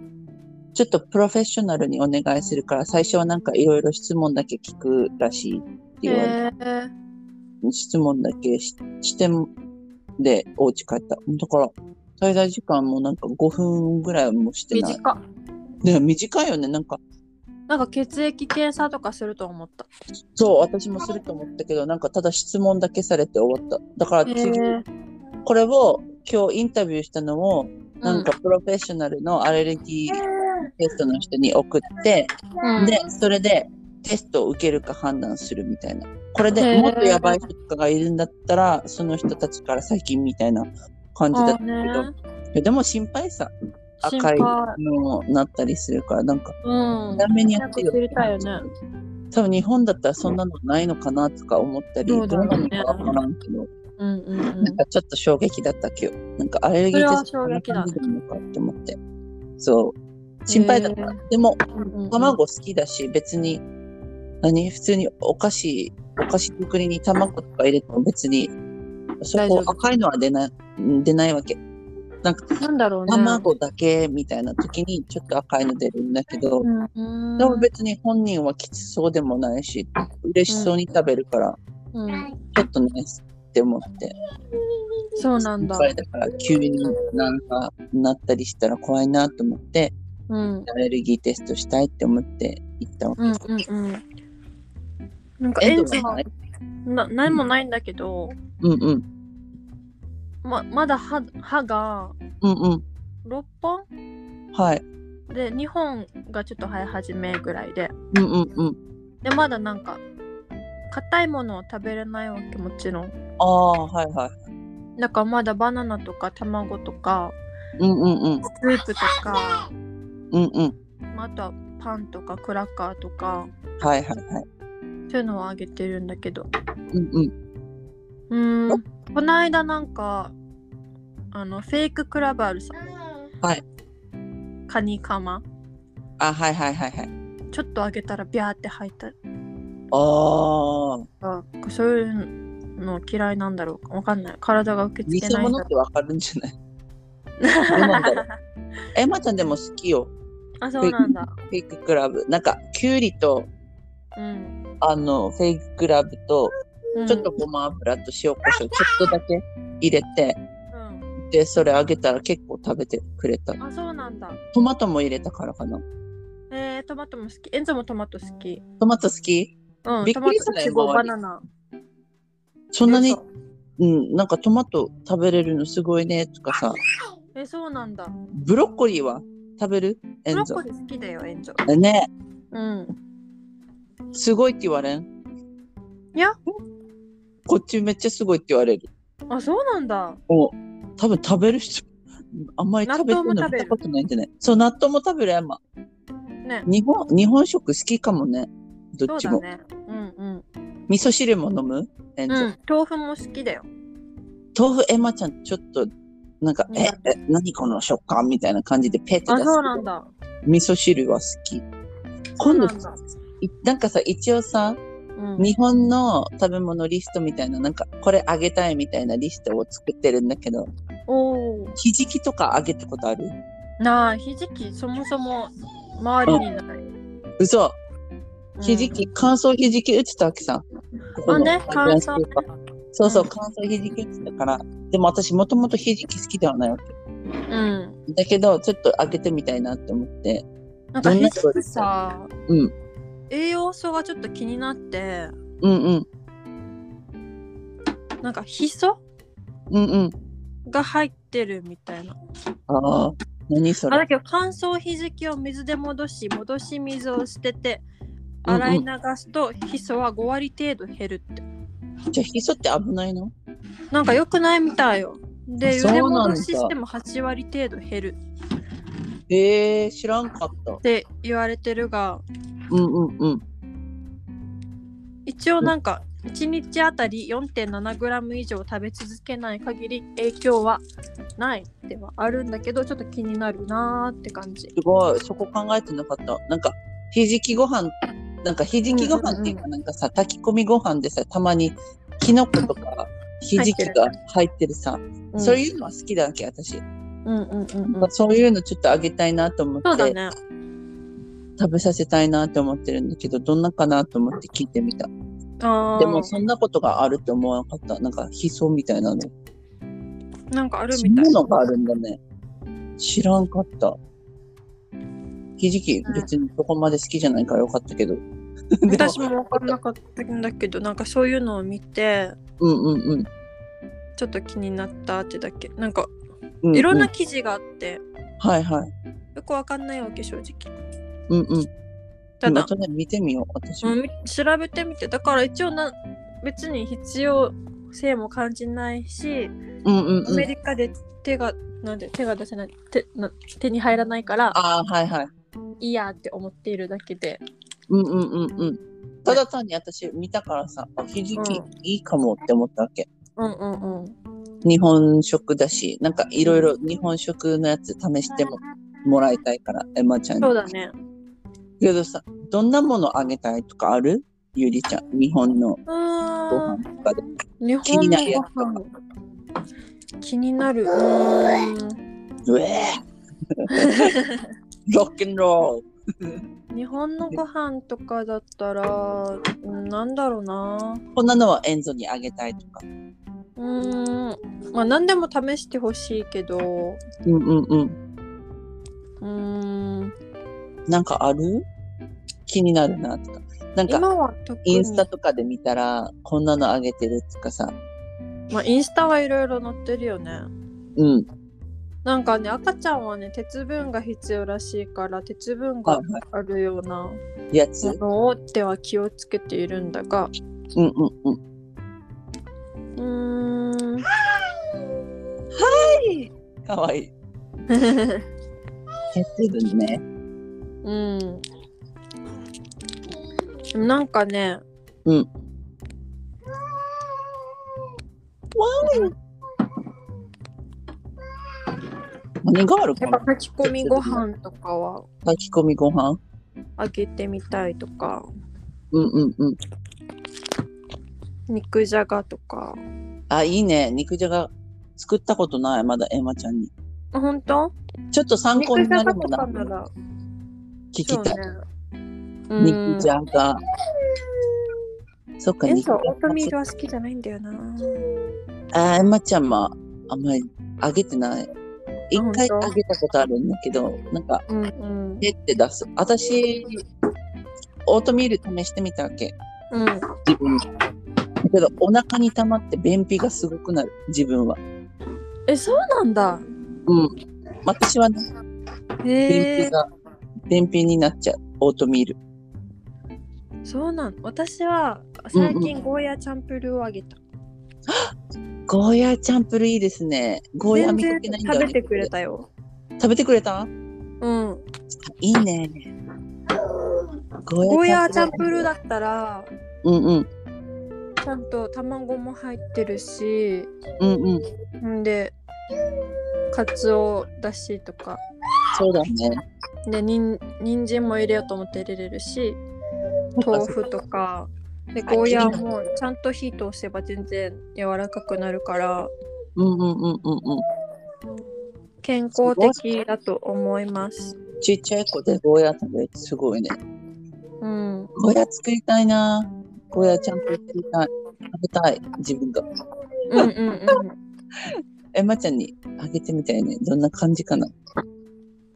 [SPEAKER 2] ちょっとプロフェッショナルにお願いするから、最初はなんかいろいろ質問だけ聞くらしいって言われて、
[SPEAKER 1] へえ
[SPEAKER 2] 質問だけししても、で、お家帰った。だから、滞在時間もなんか5分ぐらいもしてない。
[SPEAKER 1] 短っ
[SPEAKER 2] ね短いよね、なんか。
[SPEAKER 1] なんか血液検査とかすると思った
[SPEAKER 2] そう、私もすると思ったけど、なんかただ質問だけされて終わった。だから次、
[SPEAKER 1] へえ
[SPEAKER 2] これを今日インタビューしたのを、なんかプロフェッショナルのアレルギーテストの人に送って、
[SPEAKER 1] うん
[SPEAKER 2] で、それでテストを受けるか判断するみたいな。これ
[SPEAKER 1] へ
[SPEAKER 2] で
[SPEAKER 1] ー
[SPEAKER 2] もっとやばい人とかがいるんだったら、その人たちから最近みたいな感じだった
[SPEAKER 1] あ
[SPEAKER 2] け
[SPEAKER 1] ー
[SPEAKER 2] ど
[SPEAKER 1] ね、
[SPEAKER 2] いやでも心配さ、
[SPEAKER 1] 心
[SPEAKER 2] 赤
[SPEAKER 1] 配
[SPEAKER 2] いのになったりするから、なんか、
[SPEAKER 1] うん
[SPEAKER 2] ダメにやってよ
[SPEAKER 1] 知りたいよね
[SPEAKER 2] 多分日本だったらそんなのないのかなとか思ったり、
[SPEAKER 1] そ
[SPEAKER 2] ど
[SPEAKER 1] う
[SPEAKER 2] う
[SPEAKER 1] だね
[SPEAKER 2] なのかわからんけど、
[SPEAKER 1] うんうんうん
[SPEAKER 2] なんかちょっと衝撃だった今日。なんかアレルギーテスト
[SPEAKER 1] それは衝撃だね
[SPEAKER 2] こんな感じなのかって思って。そう。心配だった。でも、
[SPEAKER 1] うんうん
[SPEAKER 2] 卵好きだし、別に、何普通にお菓子、お菓子作りに卵とか入れても別に、そ
[SPEAKER 1] 大丈
[SPEAKER 2] こ
[SPEAKER 1] 夫
[SPEAKER 2] 赤いのは出ない、出ないわけ。
[SPEAKER 1] なんだろうね
[SPEAKER 2] 卵だけみたいな時にちょっと赤いの出るんだけど、
[SPEAKER 1] うん
[SPEAKER 2] でも別に本人はきつそうでもないし、嬉しそうに食べるから、
[SPEAKER 1] うん
[SPEAKER 2] ちょっとね、って思って。
[SPEAKER 1] そうなんだ
[SPEAKER 2] 心配だから急になんかなったりしたら怖いなと思って、
[SPEAKER 1] うん
[SPEAKER 2] アレルギーテストしたいって思って行ったわけ。
[SPEAKER 1] うんうんうんなんか
[SPEAKER 2] え
[SPEAKER 1] エ
[SPEAKER 2] ど
[SPEAKER 1] ン
[SPEAKER 2] う
[SPEAKER 1] ジンは
[SPEAKER 2] ない
[SPEAKER 1] な何もないんだけど
[SPEAKER 2] うんうん。
[SPEAKER 1] ままだ歯歯が
[SPEAKER 2] うんう
[SPEAKER 1] 6本
[SPEAKER 2] ん。はい。
[SPEAKER 1] で2本がちょっと生え始めぐらいで
[SPEAKER 2] うんうんうん。
[SPEAKER 1] でまだなんか硬いものを食べれないわけもちろん
[SPEAKER 2] ああ、はいはい。
[SPEAKER 1] だからまだバナナとか卵とか
[SPEAKER 2] うんうんうん。
[SPEAKER 1] スープとか、
[SPEAKER 2] うんうん。
[SPEAKER 1] まあ、あとはパンとかクラッカーとか
[SPEAKER 2] はいはいはい。
[SPEAKER 1] そういうのをあげてるんだけど
[SPEAKER 2] うんうん。
[SPEAKER 1] うーんこの間なんかあのフェイククラブあるさ
[SPEAKER 2] はい
[SPEAKER 1] カニカマ
[SPEAKER 2] あ、はいはいはいはい。
[SPEAKER 1] ちょっとあげたらビャーって入った
[SPEAKER 2] ああ、
[SPEAKER 1] あそういうの嫌いなんだろうかわかんない体が受け
[SPEAKER 2] 偽
[SPEAKER 1] 付けないん
[SPEAKER 2] 物
[SPEAKER 1] だ
[SPEAKER 2] ってわかる んじゃない
[SPEAKER 1] ろう
[SPEAKER 2] 物なんだろうエマちゃんでも好きよ。
[SPEAKER 1] あそうなんだ
[SPEAKER 2] フェイククラブ。なんか、キュウリと、
[SPEAKER 1] うん
[SPEAKER 2] あの、フェイククラブと、
[SPEAKER 1] うん
[SPEAKER 2] ちょっとごま油と塩コショウ、ちょっとだけ入れて、
[SPEAKER 1] うん
[SPEAKER 2] で、それあげたら結構食べてくれた。
[SPEAKER 1] あそうなんだ
[SPEAKER 2] トマトも入れたからかな。
[SPEAKER 1] えー、トマトも好きエンゾもトマト好き
[SPEAKER 2] トマト好き
[SPEAKER 1] うん
[SPEAKER 2] びっくりし
[SPEAKER 1] トマト
[SPEAKER 2] たね
[SPEAKER 1] イチゴ
[SPEAKER 2] 周り
[SPEAKER 1] バナナ
[SPEAKER 2] そんな
[SPEAKER 1] え
[SPEAKER 2] に
[SPEAKER 1] そ、う
[SPEAKER 2] うん、なんかトマト食べれるのすごいねとかさ、
[SPEAKER 1] えそうなんだ
[SPEAKER 2] ブロッコリーは食べるエ
[SPEAKER 1] ブロ
[SPEAKER 2] ン
[SPEAKER 1] ッ
[SPEAKER 2] ゾ
[SPEAKER 1] コ。リー好きだよエンゾ
[SPEAKER 2] ね、
[SPEAKER 1] うん
[SPEAKER 2] すごいって言われん
[SPEAKER 1] いや
[SPEAKER 2] こっちめっちゃすごいって言われる。
[SPEAKER 1] あ、そうなんだ。
[SPEAKER 2] お多分食べる人、あんまり食べてるの
[SPEAKER 1] 納豆も食
[SPEAKER 2] 見
[SPEAKER 1] べる
[SPEAKER 2] たことないんじゃないそう、納豆も食べる、山。
[SPEAKER 1] ね。
[SPEAKER 2] 日本、日本食好きかもね。ど
[SPEAKER 1] そ
[SPEAKER 2] っ
[SPEAKER 1] う
[SPEAKER 2] ち
[SPEAKER 1] だ
[SPEAKER 2] も。
[SPEAKER 1] ね。うんうん。
[SPEAKER 2] 味噌汁も飲むえんぞ
[SPEAKER 1] うん。豆腐も好きだよ。
[SPEAKER 2] 豆腐エマちゃんちょっとなんか、
[SPEAKER 1] 苦
[SPEAKER 2] ええ何この食感みたいな感じでペって
[SPEAKER 1] あ、
[SPEAKER 2] 出す
[SPEAKER 1] そうなんだ。
[SPEAKER 2] 味噌汁は好き今度
[SPEAKER 1] そうなんだ
[SPEAKER 2] いなんかさ一応さ
[SPEAKER 1] うん。
[SPEAKER 2] 日本の食べ物リストみたいななんかこれあげたいみたいなリストを作ってるんだけど
[SPEAKER 1] おお。
[SPEAKER 2] ひじきとかあげたことある
[SPEAKER 1] なあ、ひじき、そもそも周りにない。
[SPEAKER 2] 嘘
[SPEAKER 1] うん
[SPEAKER 2] ひじ。き乾燥ひじき打つとあきさんここ
[SPEAKER 1] あ、
[SPEAKER 2] の
[SPEAKER 1] ね、乾燥ね。
[SPEAKER 2] そうそう
[SPEAKER 1] うん
[SPEAKER 2] 乾燥ひじき打つだからでも私もともとひじき好きではないわけ
[SPEAKER 1] うん。
[SPEAKER 2] だけどちょっとあげてみたいなって思って
[SPEAKER 1] なんか
[SPEAKER 2] どんな
[SPEAKER 1] ひ
[SPEAKER 2] 人
[SPEAKER 1] じ
[SPEAKER 2] で
[SPEAKER 1] き
[SPEAKER 2] すか
[SPEAKER 1] さ、
[SPEAKER 2] うん
[SPEAKER 1] 栄養素がちょっと気になって、
[SPEAKER 2] うんうん
[SPEAKER 1] なんかひそ
[SPEAKER 2] うんうん
[SPEAKER 1] が入ってるみたいな。
[SPEAKER 2] ああ何そ
[SPEAKER 1] あ
[SPEAKER 2] れ
[SPEAKER 1] だけど乾燥ひじきを水で戻し、戻し水を捨てて、
[SPEAKER 2] うんうん
[SPEAKER 1] 洗い流すと、ヒ素は5割程度減るって。
[SPEAKER 2] じゃあヒ素って危ないの
[SPEAKER 1] なんか良くないみたいよ。で、
[SPEAKER 2] あそう
[SPEAKER 1] 茹
[SPEAKER 2] な
[SPEAKER 1] で
[SPEAKER 2] んだ
[SPEAKER 1] 戻ししても8割程度減る
[SPEAKER 2] ええ知らんかった
[SPEAKER 1] っ。て言われてるが、
[SPEAKER 2] うんうんうん。
[SPEAKER 1] 一応なんか1日あたり 4.7g 以上食べ続けない限り影響はないではあるんだけど、ちょっと気になるなーって感じ。
[SPEAKER 2] すごい。そこ考えてなかった。なんか、ひじきご飯、なんかひじきご飯っていうか、なんかさ、炊き込みご飯でさ、たまにきのことか、ひじきが入ってるさ、
[SPEAKER 1] うん
[SPEAKER 2] そういうのは好きだわけ、私。
[SPEAKER 1] うんうんうんうん。
[SPEAKER 2] そういうのちょっとあげたいなと思っ
[SPEAKER 1] そうだ
[SPEAKER 2] て、
[SPEAKER 1] ね。
[SPEAKER 2] 食べさせたいなと思ってるんだけど、どんなかなと思って聞いてみた。
[SPEAKER 1] あ
[SPEAKER 2] でも、
[SPEAKER 1] ー
[SPEAKER 2] そんなことがあるって思わなかった。なんか、ひそみたいなの。
[SPEAKER 1] なんかある
[SPEAKER 2] そ
[SPEAKER 1] み
[SPEAKER 2] ん
[SPEAKER 1] た。
[SPEAKER 2] ないのがあるんだね。知らんかった。ひじき
[SPEAKER 1] うん
[SPEAKER 2] 別にそこまで好きじゃないからよかったけど。でも
[SPEAKER 1] 私も分かんなかったんだけど、なんかそういうのを見て、
[SPEAKER 2] うんうんうん
[SPEAKER 1] ちょっと気になったってだけ。なんか
[SPEAKER 2] うんうん。
[SPEAKER 1] いろんな記事があって、
[SPEAKER 2] はいはい。
[SPEAKER 1] よくわかんないわけ、正直。
[SPEAKER 2] うんうん。
[SPEAKER 1] ただ
[SPEAKER 2] ま、たね、見てみよう、私も。
[SPEAKER 1] うんみ調べてみてだから一応な別に必要性も感じないし、
[SPEAKER 2] うんうん
[SPEAKER 1] ア
[SPEAKER 2] う
[SPEAKER 1] メ
[SPEAKER 2] ん。
[SPEAKER 1] リカで手がなんで手が出せない手な手に入らないから
[SPEAKER 2] ああ、はいはい。
[SPEAKER 1] いいやって思っているだけで
[SPEAKER 2] うんうんうんうん。ただ単に私見たからさ、あひじき
[SPEAKER 1] うん
[SPEAKER 2] いいかもって思ったわけ。
[SPEAKER 1] うんうんうん
[SPEAKER 2] 日本食だし、なんかいろいろ日本食のやつ試してももらいたいから、エマちゃんに。
[SPEAKER 1] そうだね
[SPEAKER 2] けどさ、どんなものあげたいとかあるゆりちゃん、日本の
[SPEAKER 1] う
[SPEAKER 2] ご
[SPEAKER 1] ーん
[SPEAKER 2] 飯とかで。
[SPEAKER 1] 日
[SPEAKER 2] 気に
[SPEAKER 1] 本
[SPEAKER 2] なるや
[SPEAKER 1] の
[SPEAKER 2] つ
[SPEAKER 1] ご飯気になるうーん
[SPEAKER 2] うえ ー、ロ ックンロ
[SPEAKER 1] 日本のご飯とかだったらうんなんだろうな
[SPEAKER 2] ールこんなのはエンゾにあげたいとか。
[SPEAKER 1] うーんまあ何でも試してほしいけど
[SPEAKER 2] うんうんうん。
[SPEAKER 1] うーん
[SPEAKER 2] なんかある気になるなとか。なんか、
[SPEAKER 1] 今は特に
[SPEAKER 2] インスタとかで見たら、こんなのあげてるとかさ。
[SPEAKER 1] まあ、インスタはいろいろ載ってるよね
[SPEAKER 2] うん。
[SPEAKER 1] なんかね赤ちゃんはね鉄分が必要らしいから鉄分が
[SPEAKER 2] は
[SPEAKER 1] あるような
[SPEAKER 2] はい。やつ。
[SPEAKER 1] も
[SPEAKER 2] うん
[SPEAKER 1] のをでは気をつけているんだが
[SPEAKER 2] うんうん。
[SPEAKER 1] うーん
[SPEAKER 2] かわいい。鉄分ね。
[SPEAKER 1] うんでもなんかね
[SPEAKER 2] うんわ何がある
[SPEAKER 1] や
[SPEAKER 2] か
[SPEAKER 1] っ
[SPEAKER 2] な
[SPEAKER 1] ぱ炊き込みご飯とかは
[SPEAKER 2] 炊き込みご飯
[SPEAKER 1] あげてみたいとか
[SPEAKER 2] うんうんうん。
[SPEAKER 1] 肉じゃがとか
[SPEAKER 2] あ、いいね。肉じゃが作ったことない。まだエマちゃんに。
[SPEAKER 1] あ本当
[SPEAKER 2] ちょっと参考になるも
[SPEAKER 1] 肉
[SPEAKER 2] ん
[SPEAKER 1] じゃがと。かな
[SPEAKER 2] な
[SPEAKER 1] ら
[SPEAKER 2] 聞き
[SPEAKER 1] そう
[SPEAKER 2] た
[SPEAKER 1] ね
[SPEAKER 2] い。
[SPEAKER 1] うん
[SPEAKER 2] 肉じゃが。そっか、
[SPEAKER 1] え
[SPEAKER 2] 肉じ
[SPEAKER 1] そ
[SPEAKER 2] ゃ
[SPEAKER 1] う、オートミール
[SPEAKER 2] が。
[SPEAKER 1] は好きじゃないんだよな。
[SPEAKER 2] あー、エマちゃんもあんまりあげてない。一回
[SPEAKER 1] 本当
[SPEAKER 2] あげたことあるんだけど、なんか、
[SPEAKER 1] うんうん。
[SPEAKER 2] ペって出す。私、オートミール試してみたわけ。
[SPEAKER 1] うん。
[SPEAKER 2] 自分だけど、お腹に溜まって便秘がすごくなる。自分は。
[SPEAKER 1] え、そうなんだ。
[SPEAKER 2] うん。私はね、
[SPEAKER 1] へ
[SPEAKER 2] 便秘
[SPEAKER 1] え。
[SPEAKER 2] が、便秘になっちゃう。オートミール。
[SPEAKER 1] そうなん私は最近ゴーヤーチャンプルーをあげた、
[SPEAKER 2] ゴーヤーチャンプルーいいですね。ゴーヤー見か
[SPEAKER 1] 全
[SPEAKER 2] けな
[SPEAKER 1] 然
[SPEAKER 2] い
[SPEAKER 1] 食
[SPEAKER 2] んだよ、ね。
[SPEAKER 1] べてくれたよ
[SPEAKER 2] 食べてくれた
[SPEAKER 1] うん
[SPEAKER 2] いいね。
[SPEAKER 1] ゴ
[SPEAKER 2] ゴ
[SPEAKER 1] ーヤーチャンプルーだったら
[SPEAKER 2] うんうん
[SPEAKER 1] ちゃんと卵も入ってるし
[SPEAKER 2] うんうん。
[SPEAKER 1] んでかつおだしとか
[SPEAKER 2] そうだね。
[SPEAKER 1] でにん人参も入れようと思って入れれるし豆腐とかで
[SPEAKER 2] あ
[SPEAKER 1] ゴーヤ
[SPEAKER 2] いい
[SPEAKER 1] ーもちゃんと火通せば全然柔らかくなるから
[SPEAKER 2] うんうんうんうんう
[SPEAKER 1] 健康的だと思います。
[SPEAKER 2] ん。ちっちゃい子でゴーヤー食べるってすごいね。
[SPEAKER 1] うん、
[SPEAKER 2] ゴーヤー作りたいな。ゴーヤーちゃんと作りたい。食べたい。自分が。
[SPEAKER 1] うんうんうん。
[SPEAKER 2] えまちゃんにあげてみたいね。どんな感じかな。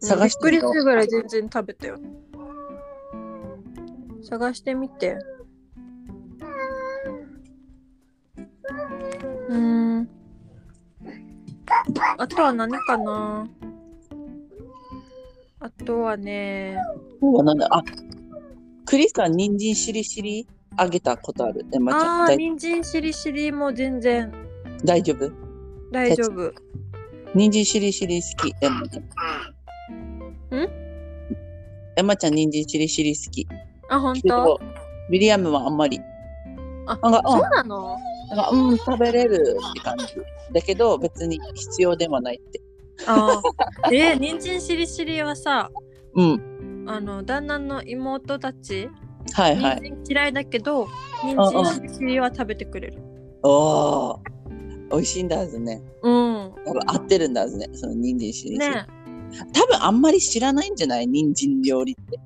[SPEAKER 2] 探して
[SPEAKER 1] びっくり
[SPEAKER 2] みよう
[SPEAKER 1] するぐらい全然食べたよ。探してみて。うーん。あとは何かなあとはね、
[SPEAKER 2] 今日はなんだあ栗さん、人参しりしりあげたことある。えまちゃ
[SPEAKER 1] あ
[SPEAKER 2] ん
[SPEAKER 1] あ、
[SPEAKER 2] だい、
[SPEAKER 1] 人参しりしりも全然
[SPEAKER 2] 大丈夫
[SPEAKER 1] 大丈夫。
[SPEAKER 2] 人参しりしり好き。えまちゃん。
[SPEAKER 1] ん
[SPEAKER 2] えまちゃん、人参しりしり好き。
[SPEAKER 1] あ、本
[SPEAKER 2] けど
[SPEAKER 1] 当
[SPEAKER 2] ウィリアムはあんまり。
[SPEAKER 1] あ
[SPEAKER 2] なんか、
[SPEAKER 1] そうなの
[SPEAKER 2] うん、なんかうん、食べれるって感じ。だけど、別に必要ではないって。
[SPEAKER 1] あーで、人参しりしりはさ、
[SPEAKER 2] うん、
[SPEAKER 1] あの、旦那の妹たち
[SPEAKER 2] はいは
[SPEAKER 1] 人
[SPEAKER 2] い。
[SPEAKER 1] 参嫌いだけど、人参しりしりは食べてくれる。
[SPEAKER 2] おお、美味しいんだはずね。
[SPEAKER 1] うん。
[SPEAKER 2] 多分合ってるんだはずね。その人参しりしり。
[SPEAKER 1] ね
[SPEAKER 2] 多分あんまり知らないんじゃない人参料理って。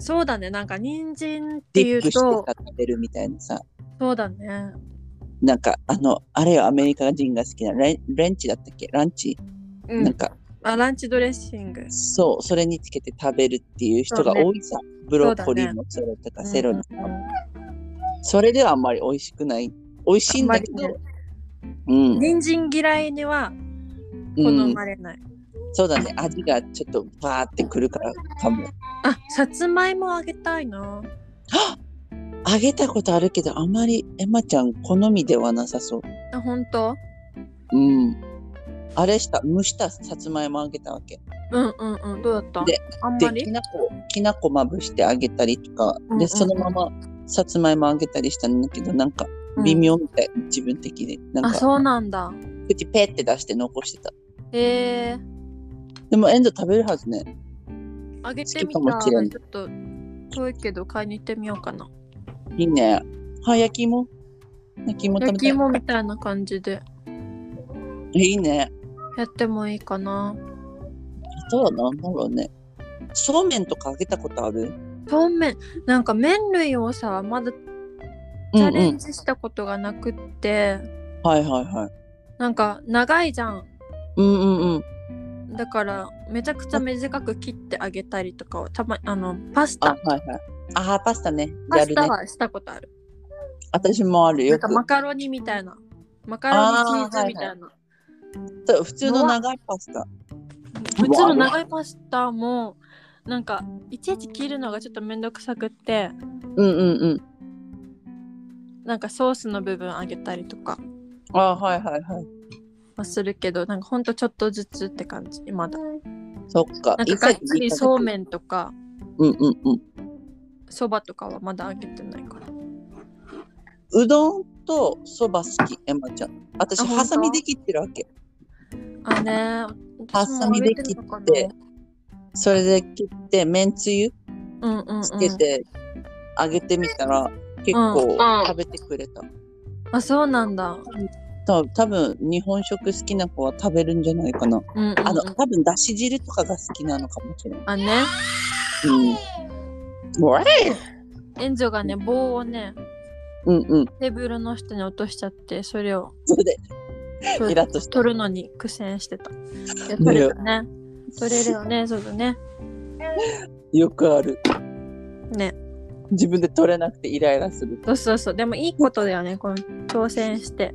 [SPEAKER 1] そうだね。なんか人参って
[SPEAKER 2] ディ
[SPEAKER 1] い
[SPEAKER 2] ップ
[SPEAKER 1] う
[SPEAKER 2] して
[SPEAKER 1] と、
[SPEAKER 2] さ食べるみたいなさ。
[SPEAKER 1] そうだね。
[SPEAKER 2] なんか、あの、あれよ、アメリカ人が好きなレンレンチだったっけランチ、
[SPEAKER 1] う
[SPEAKER 2] なん
[SPEAKER 1] ん。
[SPEAKER 2] か、
[SPEAKER 1] あ、ランチドレッシング。
[SPEAKER 2] そう、それにつけて食べるっていう人が多いさ。ブロッコリーもそれとかセロリとかも。それではあんまり美味しくない。美味しいんだけど、
[SPEAKER 1] あんま
[SPEAKER 2] うん、
[SPEAKER 1] 人参嫌いには好
[SPEAKER 2] うん、
[SPEAKER 1] まれない。
[SPEAKER 2] そうだね。味がちょっとバーってくるからかも。
[SPEAKER 1] あ、さつまいもあげたいな。
[SPEAKER 2] あげたことあるけど、あまりエマちゃん好みではなさそう。
[SPEAKER 1] あ、本当
[SPEAKER 2] うん。あれした、蒸したさつまいもあげたわけ。
[SPEAKER 1] うんうんうん。どうだった
[SPEAKER 2] で
[SPEAKER 1] あん
[SPEAKER 2] で
[SPEAKER 1] ま、
[SPEAKER 2] き
[SPEAKER 1] り
[SPEAKER 2] なこ、きなこまぶしてあげたりとか
[SPEAKER 1] うん、う
[SPEAKER 2] で、
[SPEAKER 1] ん
[SPEAKER 2] そのままさつまいもあげたりしたんだけど、なんか微妙みたい。自分的に。な
[SPEAKER 1] あ、
[SPEAKER 2] んか、
[SPEAKER 1] そうなんだ。
[SPEAKER 2] 口ペって出して残してた。
[SPEAKER 1] へえ。
[SPEAKER 2] でも、エンド食べるはずね。
[SPEAKER 1] あげてみた
[SPEAKER 2] 好きかも
[SPEAKER 1] ら、
[SPEAKER 2] し
[SPEAKER 1] ち
[SPEAKER 2] れ
[SPEAKER 1] ょ
[SPEAKER 2] ん
[SPEAKER 1] っと遠いけど買いに行ってみようかな。
[SPEAKER 2] いいね。は焼き芋焼き芋食べ
[SPEAKER 1] 焼
[SPEAKER 2] た
[SPEAKER 1] き
[SPEAKER 2] い
[SPEAKER 1] 芋みたいな感じで
[SPEAKER 2] いいね。
[SPEAKER 1] やってもいいかな。
[SPEAKER 2] あとは何だろうね。そうめんとかあげたことある
[SPEAKER 1] そうめんなんか麺類をさまだチ
[SPEAKER 2] うんう
[SPEAKER 1] ャレン
[SPEAKER 2] ん。
[SPEAKER 1] ジしたことがなくって、
[SPEAKER 2] はいはいはい。
[SPEAKER 1] なんか長いじゃん
[SPEAKER 2] うんうんうん。
[SPEAKER 1] だからめちゃくちゃ短く切ってあげたりとかをたまあのパス
[SPEAKER 2] あ、
[SPEAKER 1] タ
[SPEAKER 2] はいはい。あー、パスタね。
[SPEAKER 1] パ
[SPEAKER 2] や
[SPEAKER 1] ス
[SPEAKER 2] る
[SPEAKER 1] タ
[SPEAKER 2] ね。
[SPEAKER 1] はしたことある、
[SPEAKER 2] 私もある
[SPEAKER 1] なん
[SPEAKER 2] よ
[SPEAKER 1] か
[SPEAKER 2] く。
[SPEAKER 1] マカロニみたいなマカロニチーズみたいな、
[SPEAKER 2] そう普通の長いパスタ。
[SPEAKER 1] 普通の長いパスタもなんかいちいち切るのがちょっとめんどくさくって
[SPEAKER 2] うんうんうん。
[SPEAKER 1] なんかソースの部分あげたりとか
[SPEAKER 2] あー、はいはいはい。
[SPEAKER 1] はするけどなんかほんとちょっとずつって感じまだ
[SPEAKER 2] そっか。
[SPEAKER 1] なんかがっつりそう
[SPEAKER 2] ん。
[SPEAKER 1] めんとか
[SPEAKER 2] うんうんうん。
[SPEAKER 1] そばとかはまだあげてないから。
[SPEAKER 2] うどんとそば好き、エマちゃん。私、
[SPEAKER 1] あ本当
[SPEAKER 2] ハサミで切ってるわけ。
[SPEAKER 1] あね
[SPEAKER 2] ハサミで切って。それで切って、めんつゆ
[SPEAKER 1] うんうん、うん、
[SPEAKER 2] つけてあげてみたら、結構
[SPEAKER 1] うん
[SPEAKER 2] 食べてくれた。
[SPEAKER 1] あそうなんだ。
[SPEAKER 2] た多分日本食好きな子は食べるんじゃないかな。
[SPEAKER 1] うんうんうん、
[SPEAKER 2] あの、多分だし汁とかが好きなのかもしれない。
[SPEAKER 1] あね
[SPEAKER 2] うん。わい
[SPEAKER 1] エンゾがね棒をね
[SPEAKER 2] うんうん。
[SPEAKER 1] テーブルの下に落としちゃってそれを
[SPEAKER 2] それで、
[SPEAKER 1] 取
[SPEAKER 2] イラッとした
[SPEAKER 1] 取るのに苦戦してた。いや取れたね。取れるよねそうだね。
[SPEAKER 2] よくある。
[SPEAKER 1] ね
[SPEAKER 2] 自分で取れなくてイライラする。
[SPEAKER 1] そうそうそうでもいいことだよねこの挑戦して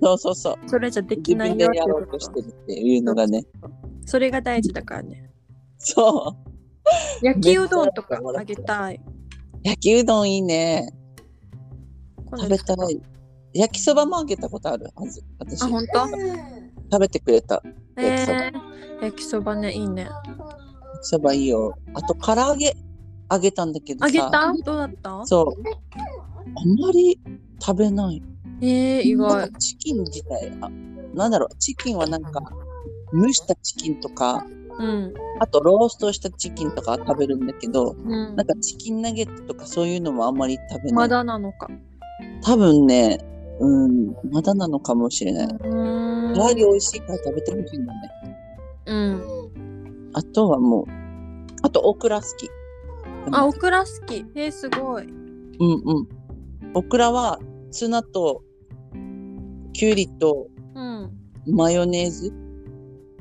[SPEAKER 2] そうそうそう。
[SPEAKER 1] それじゃでき
[SPEAKER 2] 自
[SPEAKER 1] ない
[SPEAKER 2] 分で
[SPEAKER 1] よ
[SPEAKER 2] やろう
[SPEAKER 1] って
[SPEAKER 2] と
[SPEAKER 1] い
[SPEAKER 2] し
[SPEAKER 1] う
[SPEAKER 2] てるっていうのがね。
[SPEAKER 1] それが大事だからね。
[SPEAKER 2] そ
[SPEAKER 1] 焼きうどんとかあげたい。
[SPEAKER 2] 焼きうどんいいね。
[SPEAKER 1] 今度
[SPEAKER 2] 食べたい。焼きそばもあげたことあるはず。私、
[SPEAKER 1] あ、
[SPEAKER 2] 食
[SPEAKER 1] 本当？
[SPEAKER 2] べてくれた。焼
[SPEAKER 1] え
[SPEAKER 2] きそば。
[SPEAKER 1] ー、焼きそばね、いいね。
[SPEAKER 2] 焼きそばいいよ。あと、唐揚げ、あげたんだけどさ。
[SPEAKER 1] あげたどうだった
[SPEAKER 2] そう。あんまり食べない。
[SPEAKER 1] えー、意
[SPEAKER 2] なん
[SPEAKER 1] 外。
[SPEAKER 2] かチキン自体、あ、なんだろう、チキンはなんか、蒸したチキンとか、
[SPEAKER 1] うん。
[SPEAKER 2] あとローストしたチキンとか食べるんだけど、
[SPEAKER 1] うん
[SPEAKER 2] なんかチキンナゲットとかそういうのもあんまり食べない。
[SPEAKER 1] まだなのか。
[SPEAKER 2] 多分ね、うん、まだなのかもしれ
[SPEAKER 1] う
[SPEAKER 2] ない。
[SPEAKER 1] ーん
[SPEAKER 2] 唐揚げ美味しいから食べてほしいんだね。
[SPEAKER 1] うん。
[SPEAKER 2] あとはもう、あとオクラ好き。
[SPEAKER 1] あ、オクラ好き。えー、すごい。
[SPEAKER 2] うんうん。オクラはツナとキュウリと
[SPEAKER 1] うん。
[SPEAKER 2] マヨネーズ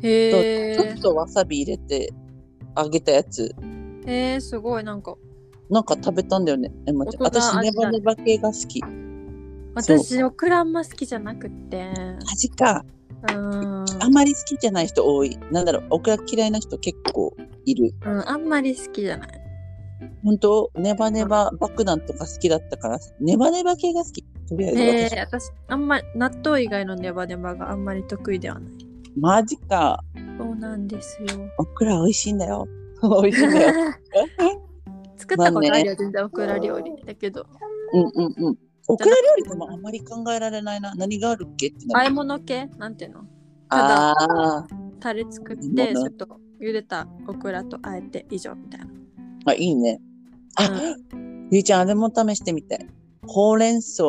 [SPEAKER 1] へ
[SPEAKER 2] ちょっ
[SPEAKER 1] ー
[SPEAKER 2] とわさび入れて揚げたやつ
[SPEAKER 1] えー、すごい。なんか、
[SPEAKER 2] なんか食べたんだよね。え待って
[SPEAKER 1] 大人
[SPEAKER 2] 私
[SPEAKER 1] 味
[SPEAKER 2] ネバネバ系が好き。そう
[SPEAKER 1] 私、オクラあんま好きじゃなくって。
[SPEAKER 2] 味か。
[SPEAKER 1] うん。
[SPEAKER 2] あまり好きじゃない人多い。なんだろう、オクラ嫌いな人結構いる。
[SPEAKER 1] うん、あんまり好きじゃない。
[SPEAKER 2] 本当ネバネバ爆弾とか好きだったから、ネバネバ系が好き。とりあえず
[SPEAKER 1] え
[SPEAKER 2] 私。
[SPEAKER 1] ー、私、あんま納豆以外のネバネバがあんまり得意ではない。
[SPEAKER 2] マジか。
[SPEAKER 1] そうなんです よ。
[SPEAKER 2] オクラ美味しいんだよ。 美味しいんだ よ。
[SPEAKER 1] 作ったことあるよ、全然オクラ料理。だけど、
[SPEAKER 2] うんうんうん。オクラ料理でもあんまり考えられないな。何があるっけってな
[SPEAKER 1] 和
[SPEAKER 2] る。
[SPEAKER 1] え物系なんていうのただ
[SPEAKER 2] ああー
[SPEAKER 1] タレ作っ
[SPEAKER 2] な
[SPEAKER 1] て、
[SPEAKER 2] る
[SPEAKER 1] ち
[SPEAKER 2] ほ
[SPEAKER 1] ょっ
[SPEAKER 2] ど
[SPEAKER 1] と茹でたオクラとあえて以上みたいな。
[SPEAKER 2] あ、いいね。あ、ゆいちゃん、あれも試してみて。ほうれん草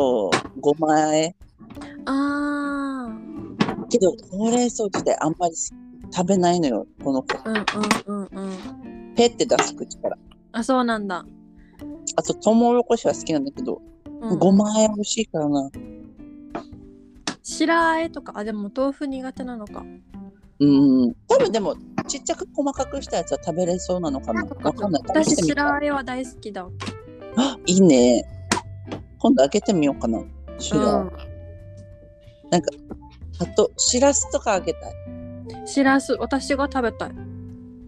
[SPEAKER 2] ごま和え。
[SPEAKER 1] あ
[SPEAKER 2] けど、ほうれん草自体あんまり食べないのよ。この子。
[SPEAKER 1] あー、うんうんうんうん。
[SPEAKER 2] ペって出す口から。
[SPEAKER 1] あ、そうなんだ。
[SPEAKER 2] あと、トウモロコシは好きなんだけど、
[SPEAKER 1] うん
[SPEAKER 2] ごま和え美味しいからな。
[SPEAKER 1] 白和えとか、あ、でも豆腐苦手なのか。
[SPEAKER 2] うん。多分でも、ちっちゃく細かくしたやつは食べれそうなのかな。わかんない。試
[SPEAKER 1] 私、
[SPEAKER 2] してみ
[SPEAKER 1] 白
[SPEAKER 2] た
[SPEAKER 1] 和えは大好きだわ。
[SPEAKER 2] あ、いいね。今度開けてみようかな。シラ、あと、しらすとかあげたい。
[SPEAKER 1] うん。しらす、私が食べたい。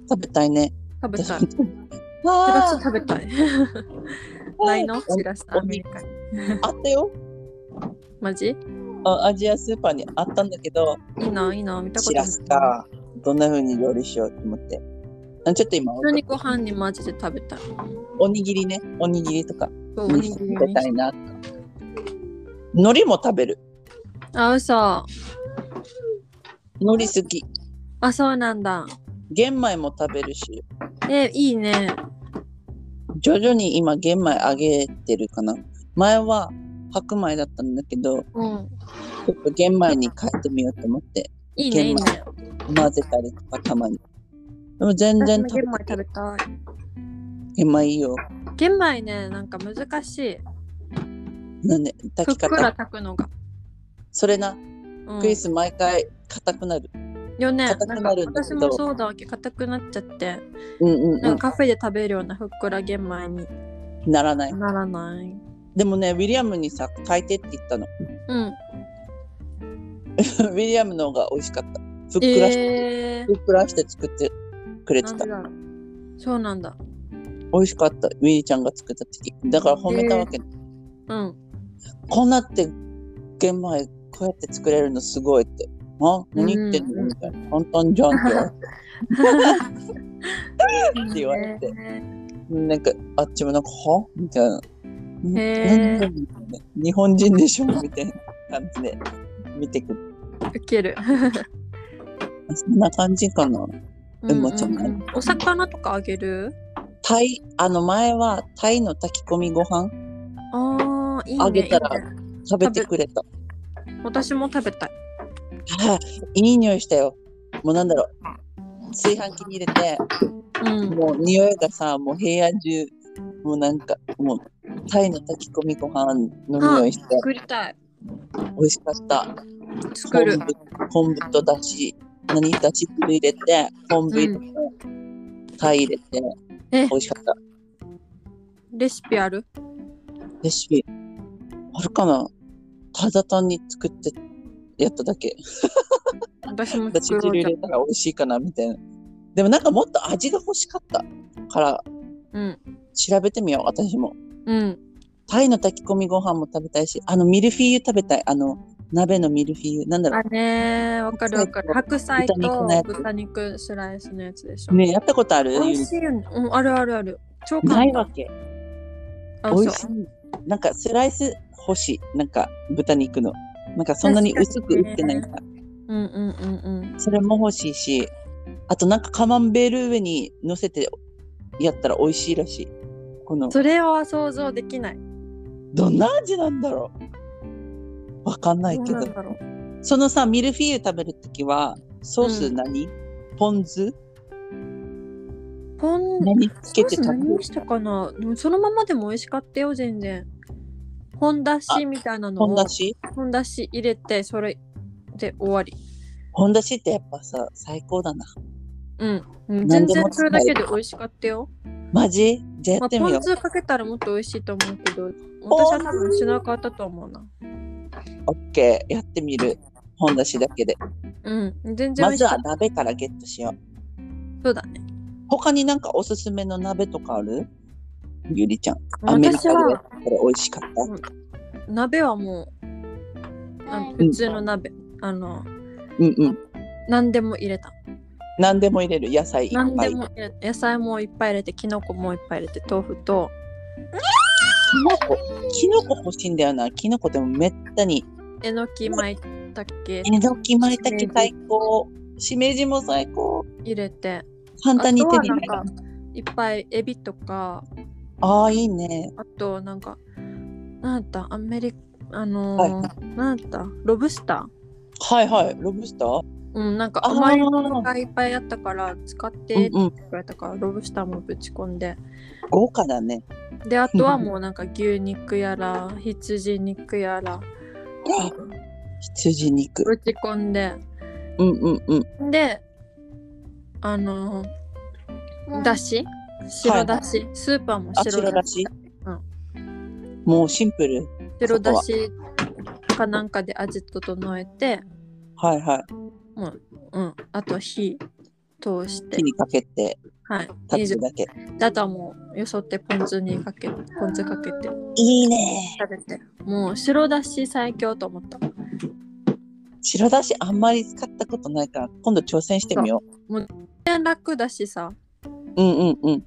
[SPEAKER 2] 食べたいね。
[SPEAKER 1] 食 べたい。
[SPEAKER 2] 私
[SPEAKER 1] し
[SPEAKER 2] も
[SPEAKER 1] ら
[SPEAKER 2] わ
[SPEAKER 1] す
[SPEAKER 2] ー
[SPEAKER 1] 食べたい。 ないのしらす、アメリカに。
[SPEAKER 2] あったよ。
[SPEAKER 1] マジ
[SPEAKER 2] あアジアスーパーにあったんだけど、
[SPEAKER 1] いいな、いいな、見たこ
[SPEAKER 2] し
[SPEAKER 1] とな
[SPEAKER 2] ら
[SPEAKER 1] い。
[SPEAKER 2] すか。どんな風に料理しようと思って。あちょっと今、
[SPEAKER 1] 普通にご飯に混ぜて食べたい。
[SPEAKER 2] おにぎりね。おにぎりとか
[SPEAKER 1] そうおに
[SPEAKER 2] に
[SPEAKER 1] ぎ
[SPEAKER 2] 食
[SPEAKER 1] り
[SPEAKER 2] べ
[SPEAKER 1] に
[SPEAKER 2] たいなと。海苔も食べる。
[SPEAKER 1] あ、嘘。
[SPEAKER 2] 海苔好き。
[SPEAKER 1] あ、そうなんだ。
[SPEAKER 2] 玄米も食べるし、
[SPEAKER 1] え、いいね。
[SPEAKER 2] 徐々に今玄米あげてるかな。前は白米だったんだけど、
[SPEAKER 1] うん。
[SPEAKER 2] ちょっと玄米に変えてみようと思って、
[SPEAKER 1] いいね、いい
[SPEAKER 2] 玄米
[SPEAKER 1] ね。
[SPEAKER 2] 混ぜたりとかたまに。でも全
[SPEAKER 1] 私
[SPEAKER 2] 然
[SPEAKER 1] も玄米
[SPEAKER 2] 食べて
[SPEAKER 1] 食
[SPEAKER 2] る
[SPEAKER 1] べたい。
[SPEAKER 2] 玄米いいよ。
[SPEAKER 1] 玄米ね、なんか難しい。
[SPEAKER 2] なんで、
[SPEAKER 1] ふ
[SPEAKER 2] 炊
[SPEAKER 1] っ
[SPEAKER 2] き
[SPEAKER 1] くら
[SPEAKER 2] 方。
[SPEAKER 1] 炊くのが。
[SPEAKER 2] それな、
[SPEAKER 1] うん
[SPEAKER 2] クイズ毎回硬くなる。
[SPEAKER 1] よね、
[SPEAKER 2] 硬
[SPEAKER 1] なん
[SPEAKER 2] く
[SPEAKER 1] か
[SPEAKER 2] なるんだ
[SPEAKER 1] 私
[SPEAKER 2] けど
[SPEAKER 1] もそうだわけ、硬くなっちゃって、
[SPEAKER 2] うんうん
[SPEAKER 1] な
[SPEAKER 2] うん
[SPEAKER 1] かカフェで食べるようなふっくら玄米に
[SPEAKER 2] ん。ならない。
[SPEAKER 1] ならない。
[SPEAKER 2] でもね、ウィリアムにさ、炊いてって言ったの。
[SPEAKER 1] うん。
[SPEAKER 2] ウィリアムの方が美味しかった。ふっくらして、
[SPEAKER 1] え
[SPEAKER 2] ふっくらして作ってくれ
[SPEAKER 1] ー、な
[SPEAKER 2] て
[SPEAKER 1] ん
[SPEAKER 2] た
[SPEAKER 1] で。だろう。そうなんだ。
[SPEAKER 2] 美味しかった。ウィリちゃんが作った時。だから褒めたわけ。
[SPEAKER 1] うん。
[SPEAKER 2] こんなって玄米こうやって作れるのすごいって。あ何言ってんの
[SPEAKER 1] うん
[SPEAKER 2] みたいな。簡単じゃんって言われて。って言わ れて
[SPEAKER 1] え
[SPEAKER 2] なんかあっちもなんか、はみたいな。
[SPEAKER 1] へー
[SPEAKER 2] なんで日本人でしょみたいな感じで見てくる。
[SPEAKER 1] ー、ウケる。
[SPEAKER 2] そんな感じかな。
[SPEAKER 1] うんうん
[SPEAKER 2] もちろん
[SPEAKER 1] お魚とかあげる
[SPEAKER 2] タイ、あの前はタイの炊き込みご飯
[SPEAKER 1] ああ、いいね。
[SPEAKER 2] あげたら
[SPEAKER 1] いいね
[SPEAKER 2] 食べてくれた。
[SPEAKER 1] 私も食べたい。
[SPEAKER 2] はいいい匂いしたよ。もうなんだろう。炊飯器に入れて、
[SPEAKER 1] うん。
[SPEAKER 2] もう匂いがさ、もう部屋中、もうなんか、もうタイの炊き込みご飯の匂いして、
[SPEAKER 1] 作りたい。
[SPEAKER 2] 美味しかった。
[SPEAKER 1] 作
[SPEAKER 2] 昆
[SPEAKER 1] る。
[SPEAKER 2] 布昆布とだし、何だし入れて、昆布入れて、タイ入れて、
[SPEAKER 1] え
[SPEAKER 2] 美味しかった。
[SPEAKER 1] レシピある
[SPEAKER 2] レシピ、あるかなただ単に作ってやっただけ。
[SPEAKER 1] 私も
[SPEAKER 2] だし
[SPEAKER 1] 作ろ
[SPEAKER 2] 汁
[SPEAKER 1] う
[SPEAKER 2] 入
[SPEAKER 1] じゃ
[SPEAKER 2] れたら美味しいかな、みたいな。でもなんかもっと味が欲しかったから、
[SPEAKER 1] ん。うん。
[SPEAKER 2] 調べてみよう、私も。
[SPEAKER 1] うん。
[SPEAKER 2] タイの炊き込みご飯も食べたいし、あのミルフィーユ食べたい。あの鍋のミルフィーユ。なんだろ
[SPEAKER 1] あねー、わかるわかる。白菜と
[SPEAKER 2] 豚肉のやつ
[SPEAKER 1] 豚肉スライスのやつでしょ。
[SPEAKER 2] う。ねえやったことある
[SPEAKER 1] 美
[SPEAKER 2] ゆり
[SPEAKER 1] 味しいよね。うん、あるあるある。超簡単。
[SPEAKER 2] ないわけ。
[SPEAKER 1] あ
[SPEAKER 2] 美味し
[SPEAKER 1] そう
[SPEAKER 2] い。なんかスライス欲しい。なんか豚肉の。なんかそんなに薄く売ってないから。
[SPEAKER 1] うんうんうんうん。
[SPEAKER 2] それも欲しいし、あとなんかカマンベール上に乗せてやったら美味しいらしい。この、
[SPEAKER 1] それは想像できない。
[SPEAKER 2] どんな味なんだろうわかんないけ
[SPEAKER 1] どうな
[SPEAKER 2] ど
[SPEAKER 1] ん。だろう。
[SPEAKER 2] そのさ、ミルフィーユ食べるときは、ソース何、ポン酢
[SPEAKER 1] ポン
[SPEAKER 2] 何つけて
[SPEAKER 1] ソース
[SPEAKER 2] 食べ
[SPEAKER 1] 何
[SPEAKER 2] る
[SPEAKER 1] にしたかなでもそのままでも美味しかったよ、全然。本だしみたいなの
[SPEAKER 2] ポン
[SPEAKER 1] を
[SPEAKER 2] だし
[SPEAKER 1] 本だし入れて、それで終わり。
[SPEAKER 2] ポンだしってやっぱさ、最高だな。
[SPEAKER 1] うん。うん全
[SPEAKER 2] 何でも使える
[SPEAKER 1] 然それだけで美味しかったよ。
[SPEAKER 2] マジじゃあや
[SPEAKER 1] ま
[SPEAKER 2] っ
[SPEAKER 1] あ、
[SPEAKER 2] てみ
[SPEAKER 1] ポ
[SPEAKER 2] よう
[SPEAKER 1] ン。酢かけたらもっと美味しいと思うけど、私は多分しなかったと思うな。
[SPEAKER 2] オッケー。やってみる。ポンだしだけで。
[SPEAKER 1] うん。全然美
[SPEAKER 2] ま
[SPEAKER 1] 味し
[SPEAKER 2] ず
[SPEAKER 1] か
[SPEAKER 2] は
[SPEAKER 1] った。
[SPEAKER 2] 鍋からゲットしよう。
[SPEAKER 1] そうだね。
[SPEAKER 2] 他になんかおすすめの鍋とかあるゆりちゃん。アメリ
[SPEAKER 1] 私
[SPEAKER 2] カでや
[SPEAKER 1] は
[SPEAKER 2] ったら美味しかった。
[SPEAKER 1] 鍋はもう、あの普通の鍋。あの、
[SPEAKER 2] うんうん。
[SPEAKER 1] 何でも入れた。
[SPEAKER 2] 何でも入れる。野菜いっ
[SPEAKER 1] 何
[SPEAKER 2] ぱ
[SPEAKER 1] で
[SPEAKER 2] い。
[SPEAKER 1] も入れ野菜もいっぱい入れて、きのこもいっぱい入れて、豆腐と、
[SPEAKER 2] きのこ。きのこ欲しいんだよな。きのこでもめったに。
[SPEAKER 1] えのき、まいたけ
[SPEAKER 2] えのきまいたけ最高。しめじも最高。
[SPEAKER 1] 入れて、あ
[SPEAKER 2] 簡単に
[SPEAKER 1] と
[SPEAKER 2] 手
[SPEAKER 1] は
[SPEAKER 2] に
[SPEAKER 1] なん
[SPEAKER 2] 入る
[SPEAKER 1] か。、いっぱいエビとか、
[SPEAKER 2] ああ、いいね。
[SPEAKER 1] あとなんか、なんだった、アメリカ、あの
[SPEAKER 2] はい
[SPEAKER 1] ー
[SPEAKER 2] は
[SPEAKER 1] なんだった、ロブスター
[SPEAKER 2] はいはい。ロブスター
[SPEAKER 1] うん、なんか
[SPEAKER 2] あー
[SPEAKER 1] 甘いものがいっぱいあったから使ってって
[SPEAKER 2] うんうん。
[SPEAKER 1] 言われたから、ロブスターもぶち込んで
[SPEAKER 2] 豪華だね。
[SPEAKER 1] であとはもうなんか牛肉やら羊肉やら
[SPEAKER 2] 羊肉。
[SPEAKER 1] ぶち込んで
[SPEAKER 2] うんうんうん。
[SPEAKER 1] であのだし白だし、スーパーも
[SPEAKER 2] あ、
[SPEAKER 1] 白
[SPEAKER 2] 白
[SPEAKER 1] だ
[SPEAKER 2] だ
[SPEAKER 1] し
[SPEAKER 2] し。もうシンプル。
[SPEAKER 1] 白だしかなんかで味整えて
[SPEAKER 2] はいはい。
[SPEAKER 1] うんあと火通して
[SPEAKER 2] 火にかけて
[SPEAKER 1] はい以
[SPEAKER 2] 食べ
[SPEAKER 1] 上
[SPEAKER 2] るだけ。
[SPEAKER 1] であとはもうよそってポン酢にかけポン酢かけて
[SPEAKER 2] いいね。
[SPEAKER 1] 食べてもう白だし最強と思った
[SPEAKER 2] 白だしあんまり使ったことないから今度挑戦してみよ
[SPEAKER 1] 楽だしさ
[SPEAKER 2] う。うんうんうん。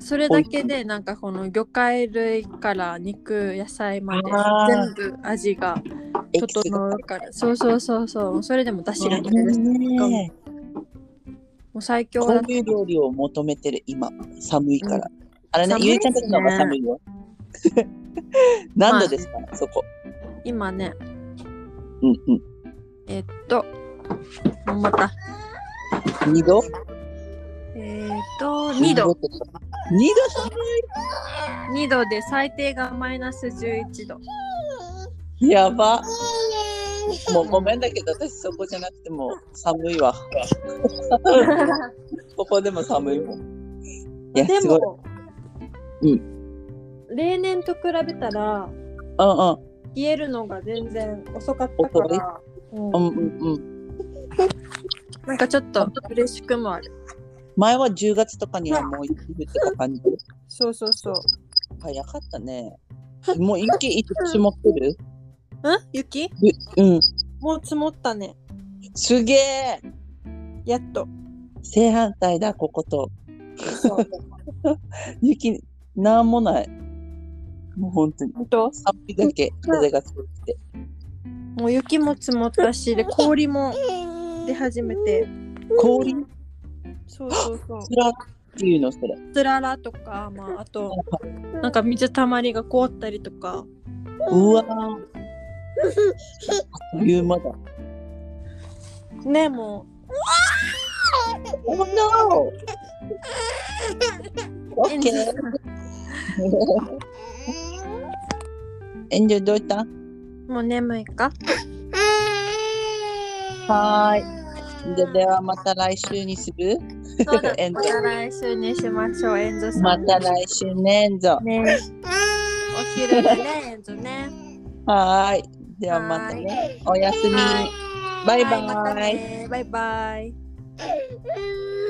[SPEAKER 1] それだけでなんかこの魚介類から肉野菜まで
[SPEAKER 2] あ
[SPEAKER 1] 全
[SPEAKER 2] ー
[SPEAKER 1] 部味が
[SPEAKER 2] エキス
[SPEAKER 1] 整
[SPEAKER 2] が
[SPEAKER 1] うからそうそうそうそうそれでもだしが
[SPEAKER 2] い
[SPEAKER 1] 出
[SPEAKER 2] い
[SPEAKER 1] る
[SPEAKER 2] ね。
[SPEAKER 1] もう最強
[SPEAKER 2] こ
[SPEAKER 1] だ
[SPEAKER 2] ういう料理を求めてる今寒いから。あれね
[SPEAKER 1] 寒い
[SPEAKER 2] ゆいちゃんたちの方が寒いよ。 何度ですか、そこ。
[SPEAKER 1] 今ね
[SPEAKER 2] うんう
[SPEAKER 1] えっとまた
[SPEAKER 2] ん。二度。
[SPEAKER 1] えっと2度
[SPEAKER 2] とか。二度寒
[SPEAKER 1] 2度で最低がマイナス11度
[SPEAKER 2] い。やば。もうごめんだけど私そこじゃなくてもう寒い わ。ここでも寒いもん。いや
[SPEAKER 1] です
[SPEAKER 2] ごい。
[SPEAKER 1] も、
[SPEAKER 2] う
[SPEAKER 1] 例年と比べたら
[SPEAKER 2] うんうん
[SPEAKER 1] 冷えるのが全然遅かったから、う
[SPEAKER 2] うんんうんうん。
[SPEAKER 1] なんかちょっと嬉しくもある
[SPEAKER 2] 前は10月とかにはもう雪降ってた感じ。
[SPEAKER 1] そうそうそう
[SPEAKER 2] 早かったね。もう雪いつ積もってる
[SPEAKER 1] ん雪
[SPEAKER 2] うん。
[SPEAKER 1] もう積もったね
[SPEAKER 2] すげえ
[SPEAKER 1] やっと
[SPEAKER 2] 正反対だ、ここと。
[SPEAKER 1] そう
[SPEAKER 2] 雪、なんもない。もう本当に。
[SPEAKER 1] 本当
[SPEAKER 2] 寒いだけ、風が強くて。
[SPEAKER 1] もう雪も積もったしで氷も出始めて
[SPEAKER 2] 氷
[SPEAKER 1] そうそうそう
[SPEAKER 2] すらっていうの、それ。
[SPEAKER 1] つららとか、まあ、あとなんか水たまりが凍ったりとか
[SPEAKER 2] うわーあっという間だ。
[SPEAKER 1] ねも
[SPEAKER 2] おーのオ
[SPEAKER 1] う
[SPEAKER 2] ッケー遠慮どういった
[SPEAKER 1] もう眠いか
[SPEAKER 2] はーい。でではまた来週にする、
[SPEAKER 1] そうだ
[SPEAKER 2] エンド
[SPEAKER 1] また来週にしましょう、エンゾさん。
[SPEAKER 2] また来週ねんぞ。
[SPEAKER 1] ね。お昼だね、エンゾね。
[SPEAKER 2] はーい。ではまたね。おやすみ。バイバイ
[SPEAKER 1] はいまたねバイバイ。
[SPEAKER 3] Bye.